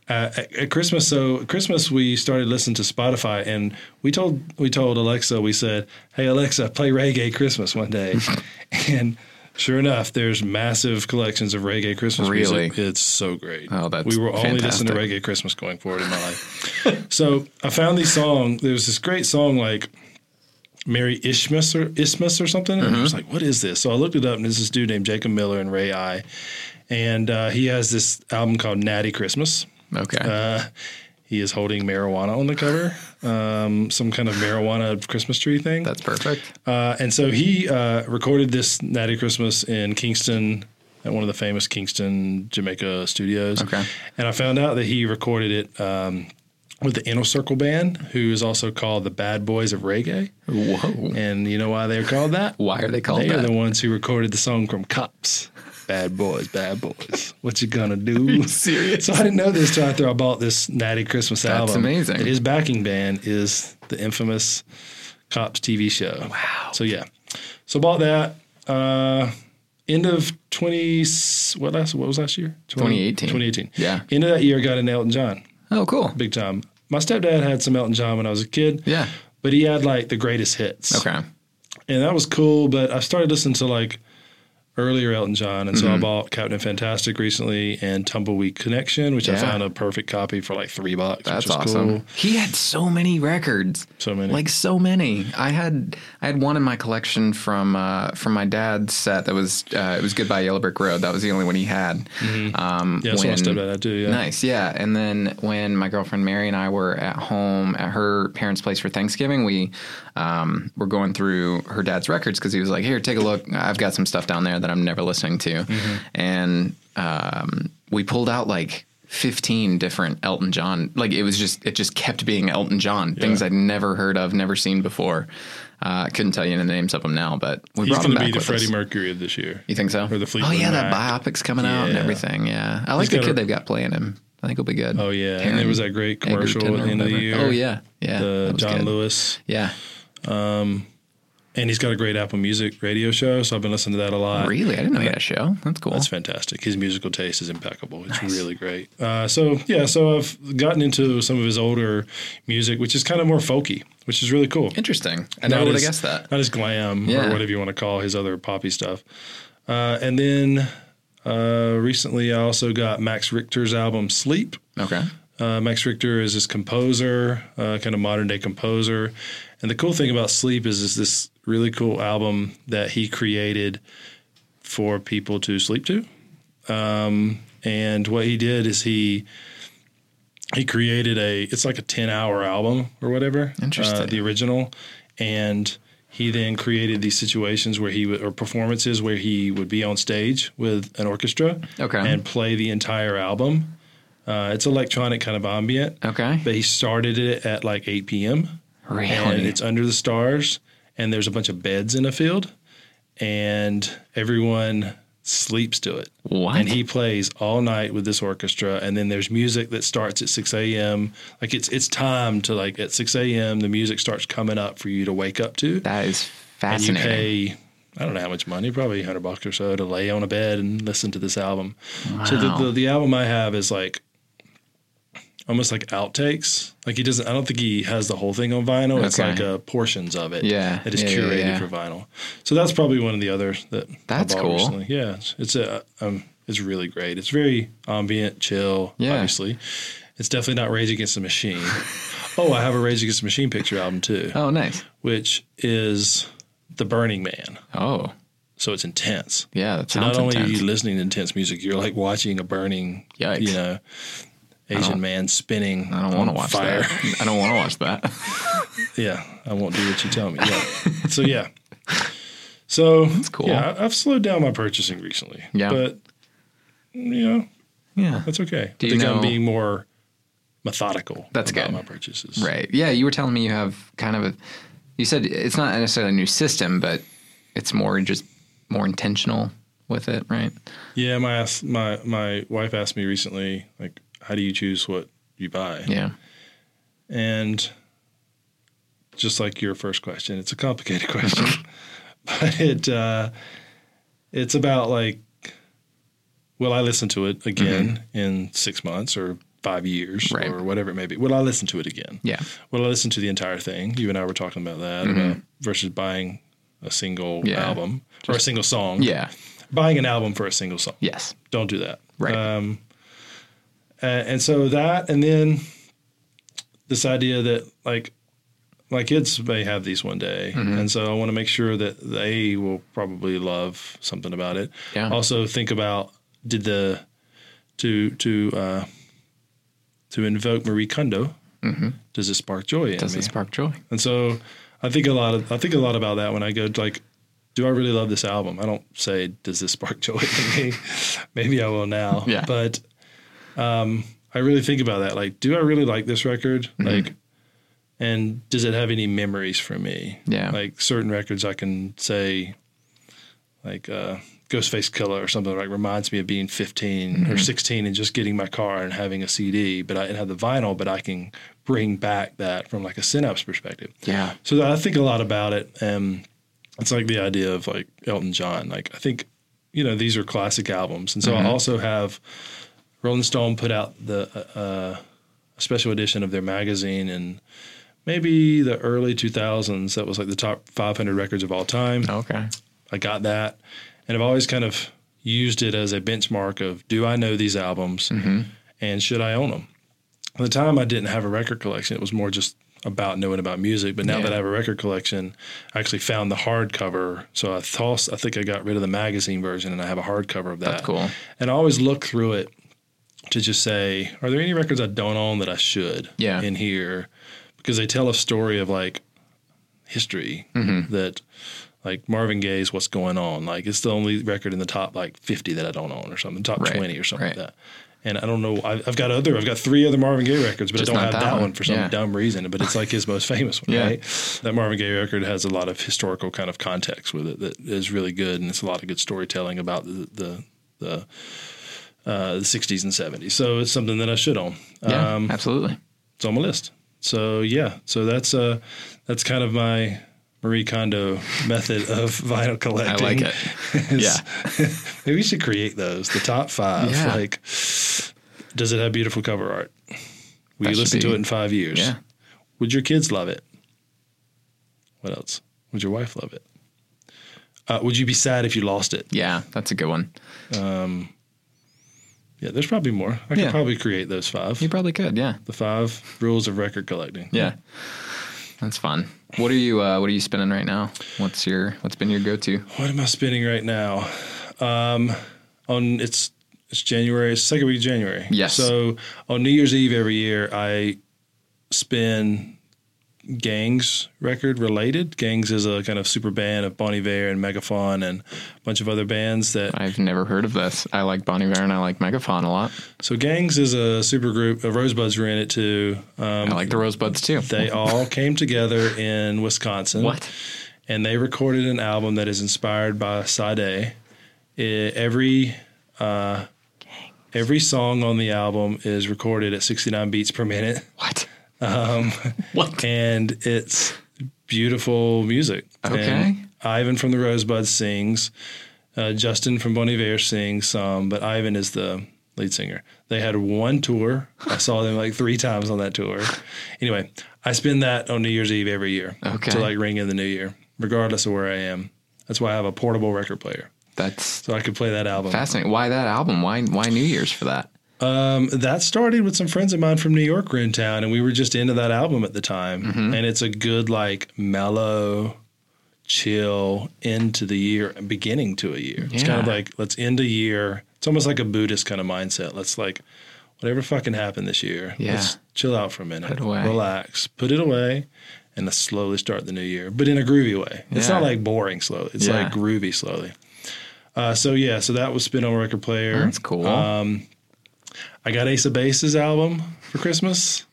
Speaker 2: uh, at, at Christmas, so Christmas we started listening to Spotify, and we told we told Alexa, we said, "Hey Alexa, play reggae Christmas one day," and sure enough, there's massive collections of reggae Christmas
Speaker 4: Really?
Speaker 2: music. It's so great.
Speaker 4: Oh, that's
Speaker 2: we were only listening to
Speaker 4: fantastic.
Speaker 2: reggae Christmas going forward in my life. so I found these song. There was this great song like. Mary Ishmus or Ismus or something. And I
Speaker 4: Mm-hmm.
Speaker 2: was like, what is this? So I looked it up, and there's this dude named Jacob Miller and Ray I. And uh, he has this album called Natty Christmas.
Speaker 4: Okay.
Speaker 2: uh, He is holding marijuana on the cover, um, some kind of marijuana Christmas tree thing.
Speaker 4: That's perfect.
Speaker 2: Uh, and so he uh, recorded this Natty Christmas in Kingston at one of the famous Kingston, Jamaica studios.
Speaker 4: Okay.
Speaker 2: And I found out that he recorded it um, with the Inner Circle Band, who is also called the Bad Boys of Reggae.
Speaker 4: Whoa.
Speaker 2: And you know why they're called that?
Speaker 4: Why are they called
Speaker 2: They are
Speaker 4: that?
Speaker 2: the ones who recorded the song from Cops. Bad boys, bad boys. What you gonna do?
Speaker 4: serious?
Speaker 2: So I didn't know this till after I bought this Natty Christmas album.
Speaker 4: amazing.
Speaker 2: His backing band is the infamous Cops TV show. Wow. So yeah, so bought that. Uh, end of twenty. What last? What was last year?
Speaker 4: 2018.
Speaker 2: Twenty eighteen.
Speaker 4: Yeah.
Speaker 2: End of that year, got an Elton John,
Speaker 4: Oh, cool.
Speaker 2: big time. My stepdad had some Elton John when I was a kid.
Speaker 4: Yeah.
Speaker 2: But he had like the greatest hits
Speaker 4: Okay.
Speaker 2: and that was cool. But I started listening to like earlier Elton John, and so
Speaker 4: Mm-hmm.
Speaker 2: I bought Captain Fantastic recently and Tumbleweed Connection, which I
Speaker 4: Yeah.
Speaker 2: found a perfect copy for like three bucks.
Speaker 4: That's
Speaker 2: which was
Speaker 4: awesome.
Speaker 2: Cool.
Speaker 4: He had so many records.
Speaker 2: So many.
Speaker 4: Like so many. I had I had one in my collection from uh, from my dad's set that was uh, it was Goodbye Yellow Brick Road. That was the only one he had. Um,
Speaker 2: Mm-hmm. Yeah, that's what I
Speaker 4: when-
Speaker 2: stepped out. I do. Yeah.
Speaker 4: Nice, yeah. And then when my girlfriend Mary and I were at home at her parents' place for Thanksgiving, we um, were going through her dad's records because he was like, "Here, take a look. I've got some stuff down there that I'm never listening to,"
Speaker 2: Mm-hmm.
Speaker 4: and um, we pulled out like. 15 different Elton John. Like it was just, it just kept being Elton John. Things I'd never heard of, never seen before. Uh, I couldn't tell you the names of them now, but we
Speaker 2: He's
Speaker 4: brought them
Speaker 2: going to
Speaker 4: back.
Speaker 2: be the
Speaker 4: with
Speaker 2: Freddie
Speaker 4: us.
Speaker 2: Mercury of this year.
Speaker 4: You think so?
Speaker 2: Or the
Speaker 4: Oh
Speaker 2: Fleetwood
Speaker 4: yeah,
Speaker 2: Mac.
Speaker 4: that biopic's coming out and
Speaker 2: Yeah.
Speaker 4: everything. Yeah, I like the
Speaker 2: got
Speaker 4: kid
Speaker 2: a-
Speaker 4: they've got playing him. I think he'll be good.
Speaker 2: Oh yeah, and there was that great commercial at the end of the year.
Speaker 4: Oh yeah, yeah.
Speaker 2: the
Speaker 4: that was
Speaker 2: John
Speaker 4: good.
Speaker 2: Lewis,
Speaker 4: Yeah,
Speaker 2: and he's got a great Apple Music radio show. So I've been listening to that a lot.
Speaker 4: really? I didn't know he had a show. That's cool.
Speaker 2: That's fantastic. His musical taste is impeccable. It's really great. Uh, so yeah, so I've gotten into some of his older music, which is kind of more folky, which is really cool.
Speaker 4: Interesting. I never would have
Speaker 2: as-
Speaker 4: guessed that.
Speaker 2: Not as glam
Speaker 4: Yeah.
Speaker 2: or whatever you want to call his other poppy stuff. Uh, and then uh, recently, I also got Max Richter's album Sleep.
Speaker 4: Okay.
Speaker 2: Uh, Max Richter is this composer, uh, kind of modern day composer. And the cool thing about Sleep is, is this really cool album that he created for people to sleep to. Um, and what he did is he he created a it's like a 10 hour album or whatever uh,
Speaker 4: Interesting.
Speaker 2: the original and he then created these situations where he would or performances where he would be on stage with an orchestra
Speaker 4: Okay.
Speaker 2: and play the entire album uh, it's electronic kind of ambient
Speaker 4: Okay.
Speaker 2: but he started it at like 8 p.m and
Speaker 4: Oh. Really?
Speaker 2: it's under the stars and there's a bunch of beds in a field and everyone sleeps to it
Speaker 4: What?
Speaker 2: and he plays all night with this orchestra and then there's music that starts at 6 a.m like it's it's time to like at 6 a.m the music starts coming up for you to wake up to
Speaker 4: that is
Speaker 2: and you
Speaker 4: fascinating.
Speaker 2: pay I don't know how much money, probably 100 bucks or so to lay on a bed and listen to this album. So the,
Speaker 4: Wow.
Speaker 2: the the album I have is like almost like outtakes. Like he doesn't I don't think he has the whole thing on vinyl. It's
Speaker 4: Okay.
Speaker 2: like uh, portions of it
Speaker 4: Yeah.
Speaker 2: that is
Speaker 4: Yeah, yeah,
Speaker 2: curated
Speaker 4: yeah.
Speaker 2: for vinyl. So that's probably one of the others that
Speaker 4: That's
Speaker 2: I bought
Speaker 4: cool.
Speaker 2: recently. Yeah, it's, it's a um it's really great. It's very ambient, chill,
Speaker 4: Yeah.
Speaker 2: obviously. It's definitely not Rage Against the Machine. oh, I have a Rage Against the Machine picture album too
Speaker 4: Oh, nice.
Speaker 2: which is the Burning Man.
Speaker 4: Oh,
Speaker 2: So it's intense.
Speaker 4: yeah. That
Speaker 2: So
Speaker 4: sounds
Speaker 2: not only
Speaker 4: intense.
Speaker 2: are you listening to intense music, you're like watching a burning,
Speaker 4: Yikes.
Speaker 2: you know, Asian man spinning.
Speaker 4: I don't want to watch
Speaker 2: fire.
Speaker 4: that. I don't want to watch that.
Speaker 2: yeah, I won't do what you tell me. Yeah. so yeah. So that's
Speaker 4: cool.
Speaker 2: Yeah, I- I've slowed down my purchasing recently.
Speaker 4: Yeah.
Speaker 2: but you know
Speaker 4: yeah.
Speaker 2: that's okay.
Speaker 4: Do
Speaker 2: I
Speaker 4: you
Speaker 2: think
Speaker 4: know-
Speaker 2: I'm being more methodical.
Speaker 4: That's
Speaker 2: about
Speaker 4: good.
Speaker 2: my purchases.
Speaker 4: Right. Yeah, you were telling me you have kind of a you said it's not necessarily a new system, but it's more just more intentional with it, right?
Speaker 2: Yeah, my ass- my my wife asked me recently, like, how do you choose what you buy?
Speaker 4: Yeah.
Speaker 2: And just like your first question, it's a complicated question, but it uh, it's about like, will I listen to it again in six months or five years
Speaker 4: Mm-hmm. Right.
Speaker 2: or whatever it may be. Will I listen to it again?
Speaker 4: Yeah.
Speaker 2: Will I listen to the entire thing? You and I were talking about that about versus buying a single
Speaker 4: Mm-hmm. Yeah.
Speaker 2: album or a single song.
Speaker 4: Yeah.
Speaker 2: Buying an album for a single song.
Speaker 4: Yes.
Speaker 2: Don't do that.
Speaker 4: Right.
Speaker 2: Um, a- and so that, and then this idea that like my kids may have these one day,
Speaker 4: Mm-hmm.
Speaker 2: and so I want to make sure that they will probably love something about it.
Speaker 4: Yeah.
Speaker 2: Also, think about did the to to uh, to invoke Marie Kondo. Does it spark joy? in
Speaker 4: Mm-hmm. Does
Speaker 2: me?
Speaker 4: it spark joy?
Speaker 2: And so I think a lot of I think a lot about that when I go to, like, do I really love this album? I don't say does this spark joy in me? Maybe I will now.
Speaker 4: Yeah.
Speaker 2: But um I really think about that. Like, do I really like this record?
Speaker 4: Mm-hmm.
Speaker 2: Like and does it have any memories for me?
Speaker 4: Yeah.
Speaker 2: Like certain records I can say like uh Ghostface Killer or something like reminds me of being 15
Speaker 4: Mm-hmm.
Speaker 2: or 16 and just getting my car and having a CD, but I and have the vinyl, but I can bring back that from like a synapse perspective.
Speaker 4: Yeah.
Speaker 2: So I think a lot about it. Um, it's like the idea of like Elton John. Like I think, you know, these are classic albums, and so I also have Rolling Stone put out the uh, uh, a special edition of their magazine in maybe the early 2000s that was like the top 500 records of all time.
Speaker 4: Okay.
Speaker 2: I got that, and I've always kind of used it as a benchmark of do I know these albums,
Speaker 4: Mm-hmm.
Speaker 2: and should I own them. At the time, I didn't have a record collection; it was more just about knowing about music. But now
Speaker 4: Yeah.
Speaker 2: that I have a record collection, I actually found the hardcover. So I tossed. I think I got rid of the magazine version, and I have a hardcover of that.
Speaker 4: That's cool.
Speaker 2: And I always look through it to just say, are there any records I don't own that I should
Speaker 4: Yeah.
Speaker 2: in here? Because they tell a story of like history
Speaker 4: Mm-hmm.
Speaker 2: that like Marvin Gaye's What's Going On. Like it's the only record in the top like 50 that I don't own or something, top
Speaker 4: Right,
Speaker 2: 20 or something
Speaker 4: right.
Speaker 2: like that. And I don't know. I- I've got other. I've got three other Marvin Gaye records, but
Speaker 4: Just
Speaker 2: I don't
Speaker 4: not
Speaker 2: have
Speaker 4: that
Speaker 2: that, one.
Speaker 4: one.
Speaker 2: for some
Speaker 4: Yeah.
Speaker 2: dumb reason. But it's like his most famous one,
Speaker 4: Yeah.
Speaker 2: right? That Marvin Gaye record has a lot of historical kind of context with it that is really good, and it's a lot of good storytelling about the the the uh, the 60s and 70s. So it's something that I should own.
Speaker 4: Yeah.
Speaker 2: Um,
Speaker 4: absolutely.
Speaker 2: it's on my list. So yeah, so that's uh that's kind of my Marie Kondo method of vinyl
Speaker 4: I
Speaker 2: collecting.
Speaker 4: like it.
Speaker 2: Is-
Speaker 4: Yeah.
Speaker 2: Maybe we should create those, the top five.
Speaker 4: Yeah.
Speaker 2: Like does it have beautiful cover art? Will
Speaker 4: That
Speaker 2: you
Speaker 4: should
Speaker 2: listen to
Speaker 4: be-
Speaker 2: it in five years?
Speaker 4: Yeah.
Speaker 2: Would your kids love it? What else? Would your wife love it? Uh, would you be sad if you lost it?
Speaker 4: Yeah. That's a good one.
Speaker 2: Yeah, there's probably more. I
Speaker 4: Yeah.
Speaker 2: could probably create those five.
Speaker 4: You probably could. Yeah.
Speaker 2: The five rules of record collecting.
Speaker 4: Yeah. That's fun. What are you uh what are you spinning right now? What's your what's been your go to?
Speaker 2: What am I spinning right now? Um, on it's it's January, it's second week of January.
Speaker 4: Yes.
Speaker 2: So on New Year's Eve every year, I spin Gangs record related. Gangs is a kind of super band of Bon Iver and Megaphon and a bunch of other bands that
Speaker 4: I've never heard of this. I like Bonnie Iver and I like Megaphon a lot.
Speaker 2: So Gangs is a super group. Uh, Rosebuds were in it too. Um,
Speaker 4: I like the Rosebuds too.
Speaker 2: they all came together in Wisconsin.
Speaker 4: What?
Speaker 2: And they recorded an album that is inspired by Sade. I- every uh, every song on the album is recorded at 69 beats per minute,
Speaker 4: What? Um What?
Speaker 2: and it's beautiful music.
Speaker 4: Okay.
Speaker 2: And Ivan from the Rosebuds sings. Uh, Justin from Bon Iver sings some, but Ivan is the lead singer. They had one tour. I saw them like three times on that tour. Anyway, I spend that on New Year's Eve every year
Speaker 4: Okay.
Speaker 2: to like ring in the new year, regardless of where I am. That's why I have a portable record player,
Speaker 4: That's
Speaker 2: so I could play that album.
Speaker 4: fascinating. Why that album? Why why New Year's for that?
Speaker 2: Um, that started with some friends of mine from New York were in town, and we were just into that album at the time.
Speaker 4: Mm-hmm.
Speaker 2: And it's a good, like, mellow, chill end to the year, beginning to a year. It's kind of
Speaker 4: Yeah.
Speaker 2: like, let's end a year. It's almost like a Buddhist kind of mindset. Let's, like, whatever fucking happened this year,
Speaker 4: Yeah.
Speaker 2: let's chill out for a minute,
Speaker 4: Put it away.
Speaker 2: relax, put it away, and let's slowly start the new year, but in a groovy way. It's
Speaker 4: Yeah.
Speaker 2: not like boring slowly, it's
Speaker 4: Yeah.
Speaker 2: like groovy slowly. Uh, so, yeah, so that was Spin on Record Player.
Speaker 4: That's cool.
Speaker 2: Um, I got Ace of Base's album for Christmas.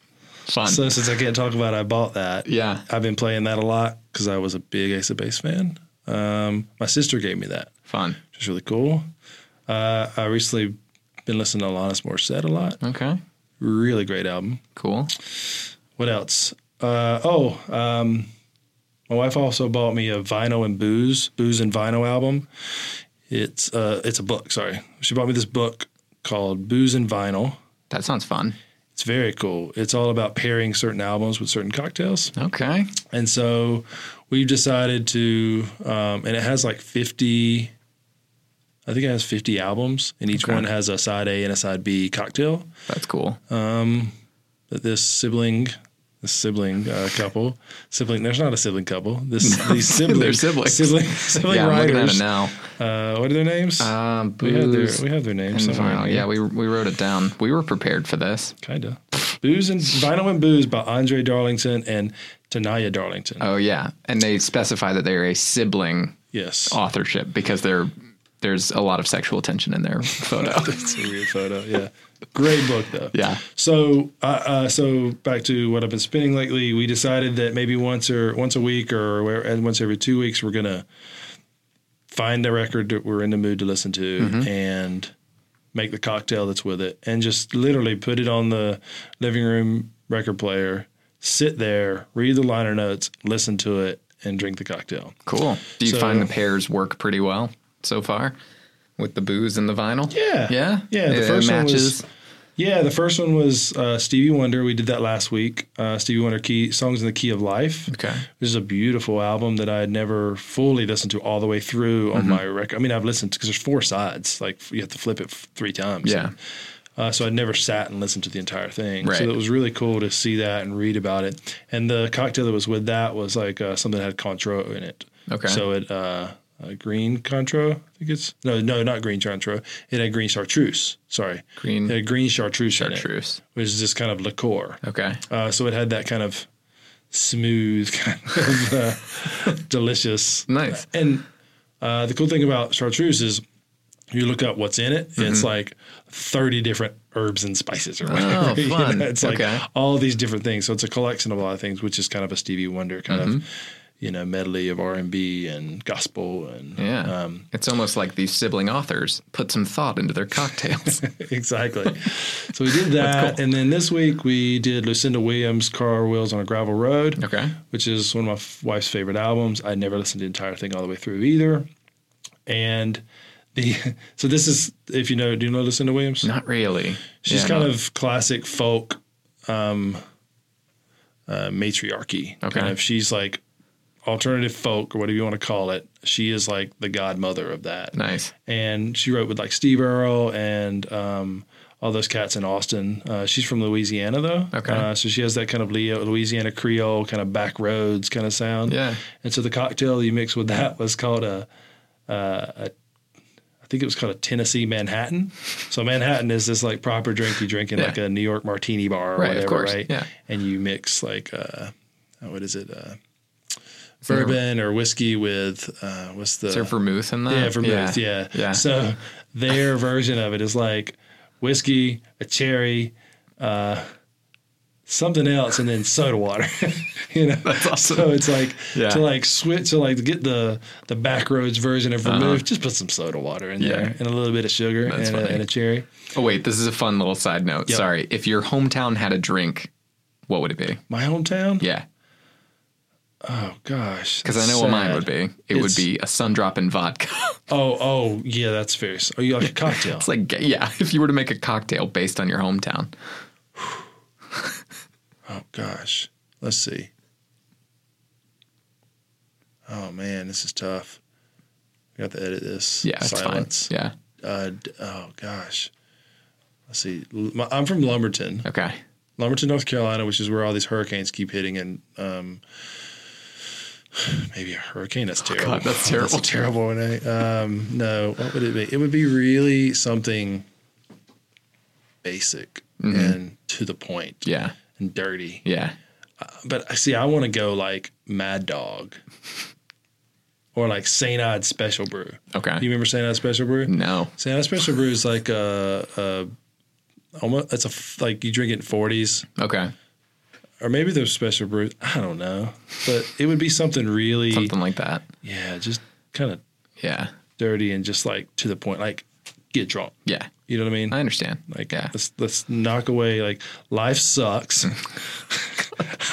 Speaker 4: Fun.
Speaker 2: So since I can't talk about it, I bought that.
Speaker 4: Yeah.
Speaker 2: I've been playing that a lot because I was a big Ace of Base fan. Um, my sister gave me that,
Speaker 4: Fun.
Speaker 2: which is really cool. Uh, I recently been listening to Alanis Morissette a lot.
Speaker 4: Okay.
Speaker 2: Really great album.
Speaker 4: Cool.
Speaker 2: What else? Uh, oh, um, my wife also bought me a Vinyl and Booze, Booze and Vinyl album. It's uh, it's a book. Sorry, she bought me this book called Booze and Vinyl.
Speaker 4: That sounds fun.
Speaker 2: It's very cool. It's all about pairing certain albums with certain cocktails.
Speaker 4: Okay.
Speaker 2: And so we've decided to, um, and it has like 50, I think it has 50 albums, and each
Speaker 4: Okay.
Speaker 2: one has a side A and a side B cocktail
Speaker 4: That's cool.
Speaker 2: Uh, that this sibling, this sibling uh, couple, sibling, there's not a sibling couple, this, these siblings,
Speaker 4: They're siblings.
Speaker 2: sibling, sibling
Speaker 4: yeah, I'm looking at
Speaker 2: writers.
Speaker 4: it now.
Speaker 2: Uh, what are their names?
Speaker 4: Um,
Speaker 2: we, have their,
Speaker 4: booze
Speaker 2: we have their names
Speaker 4: and
Speaker 2: somewhere.
Speaker 4: vinyl. Yeah, we, we wrote it down. We were prepared for this.
Speaker 2: Kinda. Booze and Vinyl and Booze by Andre Darlington and Tanaya Darlington.
Speaker 4: Oh yeah, and they specify that they're a sibling
Speaker 2: yes.
Speaker 4: authorship because they're there's a lot of sexual tension in their photo.
Speaker 2: That's a weird photo. Yeah. Great book though.
Speaker 4: Yeah.
Speaker 2: So, uh, uh, so back to what I've been spinning lately. We decided that maybe once or once a week or where- and once every two weeks, we're gonna find a record that we're in the mood to listen to and make the cocktail that's with it, and just literally put it on the living room record player, sit there, read the liner notes, listen to it, and drink the cocktail.
Speaker 4: cool. Do you
Speaker 2: So-
Speaker 4: find the pairs work pretty well so far with the booze and the vinyl?
Speaker 2: Yeah.
Speaker 4: Yeah.
Speaker 2: Yeah. The
Speaker 4: It
Speaker 2: first one
Speaker 4: matches.
Speaker 2: was. Yeah, the first one was uh, Stevie Wonder. We did that last week. Uh, Stevie Wonder key songs in the key of life.
Speaker 4: Okay.
Speaker 2: This is a beautiful album that I had never fully listened to all the way through
Speaker 4: Mm-hmm.
Speaker 2: on my record. I mean, I've listened because there's four sides. Like you have to flip it f- three times.
Speaker 4: yeah.
Speaker 2: Uh, so I'd never sat and listened to the entire thing.
Speaker 4: Right.
Speaker 2: So it was really cool to see that and read about it. And the cocktail that was with that was like uh, something that had Contro in it.
Speaker 4: Okay.
Speaker 2: So it uh, a green Contro, I think it's no, no, not green Contro. It had green Chartreuse. Sorry,
Speaker 4: Green-
Speaker 2: It had green Chartreuse. in it,
Speaker 4: Chartreuse.
Speaker 2: which is this kind of liqueur.
Speaker 4: Okay.
Speaker 2: Uh, so it had that kind of smooth, kind of uh, delicious.
Speaker 4: Nice.
Speaker 2: And uh, the cool thing about chartreuse is you look up what's in it, it's
Speaker 4: Mm-hmm.
Speaker 2: like 30 different herbs and spices or whatever. You know,
Speaker 4: Oh, fun.
Speaker 2: it's
Speaker 4: Okay.
Speaker 2: like all these different things. So it's a collection of a lot of things, which is kind of a Stevie Wonder kind
Speaker 4: Mm-hmm.
Speaker 2: of, you know, medley of R&B and gospel and
Speaker 4: Yeah.
Speaker 2: um,
Speaker 4: it's almost like these sibling authors put some thought into their cocktails.
Speaker 2: exactly. So we did that, and then this week we did Lucinda Williams' "Car Wheels on a Gravel Road,"
Speaker 4: Okay.
Speaker 2: which is one of my f- wife's favorite albums. I never listened to the entire thing all the way through either. And the so this is if you know, do you know Lucinda Williams?
Speaker 4: Not really.
Speaker 2: She's
Speaker 4: Yeah,
Speaker 2: kind
Speaker 4: no.
Speaker 2: of classic folk um, uh, matriarchy.
Speaker 4: Okay.
Speaker 2: Kind of, she's like alternative folk or whatever you want to call it. She is like the godmother of that
Speaker 4: nice.
Speaker 2: and she wrote with like Steve Earle and um, all those cats in Austin. Uh, she's from Louisiana though,
Speaker 4: Okay.
Speaker 2: Uh, so she has that kind of Leo, Louisiana Creole kind of back roads kind of sound.
Speaker 4: Yeah.
Speaker 2: And so the cocktail you mixed with that was called a, uh, a I think it was called a Tennessee Manhattan. So Manhattan is this like proper drink you drink in
Speaker 4: Yeah.
Speaker 2: like a New York martini bar or
Speaker 4: Right, of
Speaker 2: whatever,
Speaker 4: course.
Speaker 2: right?
Speaker 4: Yeah.
Speaker 2: And you mix like uh, what is it? Uh, bourbon or whiskey with uh, what's the
Speaker 4: Is there vermouth in that?
Speaker 2: yeah, vermouth. Yeah.
Speaker 4: Yeah.
Speaker 2: So their version of it is like whiskey, a cherry, uh, something else, and then soda water. you know. That's
Speaker 4: awesome.
Speaker 2: So it's like
Speaker 4: Yeah.
Speaker 2: to like switch to like get the the backroads version of vermouth. Just put some soda water in
Speaker 4: Uh-huh. Yeah.
Speaker 2: there and a little bit of sugar
Speaker 4: That's
Speaker 2: and a,
Speaker 4: funny.
Speaker 2: and a cherry.
Speaker 4: Oh wait, this is a fun little side note.
Speaker 2: Yep.
Speaker 4: Sorry. If your hometown had a drink, what would it be?
Speaker 2: My hometown.
Speaker 4: Yeah.
Speaker 2: Oh gosh.
Speaker 4: Because I know what mine would be. It would
Speaker 2: It's-
Speaker 4: be a sun drop in vodka.
Speaker 2: Oh oh yeah, that's fair. Are you like a cocktail?
Speaker 4: it's like yeah, if you were to make a cocktail based on your hometown.
Speaker 2: Oh gosh, let's see. Oh man, this is tough. We have to edit this.
Speaker 4: Yeah, it's fine. Yeah.
Speaker 2: Uh, d- oh gosh. Let's see. L- my- I'm from Lumberton,
Speaker 4: Okay.
Speaker 2: Lumberton, North Carolina, which is where all these hurricanes keep hitting. And um, maybe a hurricane. That's terrible.
Speaker 4: Oh, God, that's
Speaker 2: That's a terrible one. eh? Um, no, what would it be? It would be really something basic and to the point
Speaker 4: Mm-hmm. Yeah.
Speaker 2: and dirty.
Speaker 4: Yeah.
Speaker 2: But I see, I want to go like Mad Dog or like St. Odd Special Brew.
Speaker 4: Okay.
Speaker 2: Do you remember St. Odd Special Brew?
Speaker 4: no.
Speaker 2: St. Odd Special Brew is like a, a almost, it's a, f- like you drink it in 40s
Speaker 4: Okay.
Speaker 2: or maybe there's special brews. I don't know. But it would be something really,
Speaker 4: Something like that.
Speaker 2: yeah, just kind of
Speaker 4: Yeah.
Speaker 2: dirty and just like to the point, like get drunk.
Speaker 4: Yeah.
Speaker 2: You know what I mean?
Speaker 4: I understand.
Speaker 2: Like
Speaker 4: yeah.
Speaker 2: let's let's knock away like life sucks.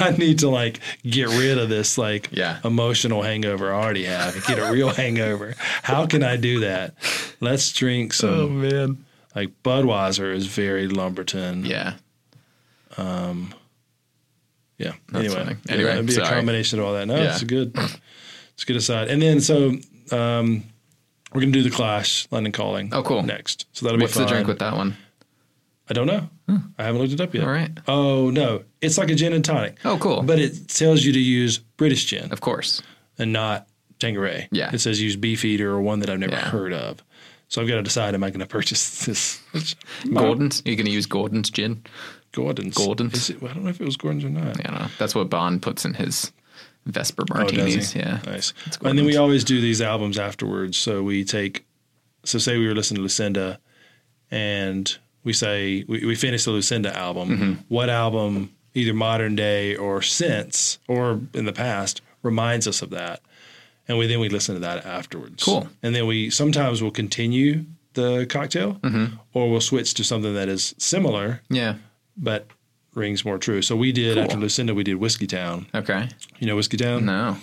Speaker 2: I need to like get rid of this like
Speaker 4: Yeah.
Speaker 2: emotional hangover I already have and get a real hangover. How can I do that? Let's drink some
Speaker 4: Oh, man.
Speaker 2: like Budweiser is very Lumberton.
Speaker 4: Yeah.
Speaker 2: Yeah.
Speaker 4: That's
Speaker 2: anyway,
Speaker 4: funny.
Speaker 2: yeah,
Speaker 4: Anyway,
Speaker 2: it'd be
Speaker 4: sorry.
Speaker 2: a combination of all that. No,
Speaker 4: Yeah.
Speaker 2: it's a good, it's a good aside. And then so um, we're gonna do the Clash, London Calling.
Speaker 4: Oh, cool.
Speaker 2: Next, so that'll
Speaker 4: What's
Speaker 2: be fun.
Speaker 4: the drink with that one?
Speaker 2: I don't know. I haven't looked it up yet.
Speaker 4: Hmm. All right.
Speaker 2: Oh no, it's like a gin and tonic.
Speaker 4: Oh, cool.
Speaker 2: But it tells you to use British gin
Speaker 4: Of course.
Speaker 2: and not Tanqueray.
Speaker 4: Yeah.
Speaker 2: It says use Beefeater or one that I've never
Speaker 4: Yeah.
Speaker 2: heard of. So I've got to decide: Am I going to purchase this?
Speaker 4: Gordon's. Are you going to use Gordon's gin?
Speaker 2: Gordon's.
Speaker 4: Gordon's.
Speaker 2: Is it, I don't know if it was Gordon's or not.
Speaker 4: I don't know. That's what Bond puts in his Vesper
Speaker 2: Oh, does he?
Speaker 4: martinis. yeah.
Speaker 2: Nice.
Speaker 4: It's
Speaker 2: And then we
Speaker 4: Gordon's.
Speaker 2: always do these albums afterwards. So we take, so say we were listening to Lucinda and we say, we, we finish the Lucinda album.
Speaker 4: Mm-hmm.
Speaker 2: What album, either modern day or since or in the past, reminds us of that? And we then we listen to that afterwards.
Speaker 4: Cool.
Speaker 2: And then we sometimes will continue the cocktail
Speaker 4: Mm-hmm.
Speaker 2: or we'll switch to something that is similar
Speaker 4: Yeah.
Speaker 2: but rings more true. So we did, after Lucinda, we did Whiskey Town.
Speaker 4: Okay.
Speaker 2: You know Whiskey Town?
Speaker 4: No.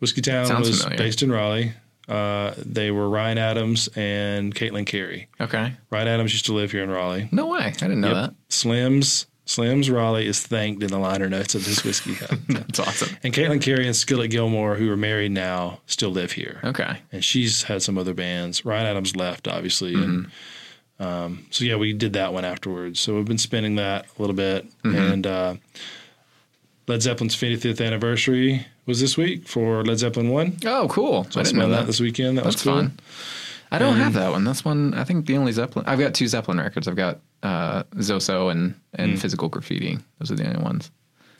Speaker 2: Whiskey Town
Speaker 4: Sounds
Speaker 2: was
Speaker 4: familiar.
Speaker 2: based in Raleigh. Uh, they were Ryan Adams and Caitlin Carey.
Speaker 4: Okay.
Speaker 2: Ryan Adams used to live here in Raleigh.
Speaker 4: No way. I didn't know
Speaker 2: Yep. Slims Slims Raleigh is thanked in the liner notes of his whiskey hut.
Speaker 4: that. That's awesome.
Speaker 2: and Caitlin Carey and Skillet Gilmore, who are married now, still live here.
Speaker 4: Okay.
Speaker 2: And she's had some other bands. Ryan Adams left, obviously. And
Speaker 4: Mm-hmm.
Speaker 2: um, so yeah, we did that one afterwards. So we've been spinning that a little bit.
Speaker 4: Mm-hmm.
Speaker 2: And uh, Led Zeppelin's 50th anniversary was this week for Led Zeppelin one.
Speaker 4: Oh, cool. I
Speaker 2: I
Speaker 4: didn't know that.
Speaker 2: this weekend. That
Speaker 4: That's
Speaker 2: was cool.
Speaker 4: fun. I don't have that one. That's one. I think the only Zeppelin. I've got two Zeppelin records. I've got uh, Zoso and and
Speaker 2: Hmm.
Speaker 4: Physical Graffiti. Those are the only ones.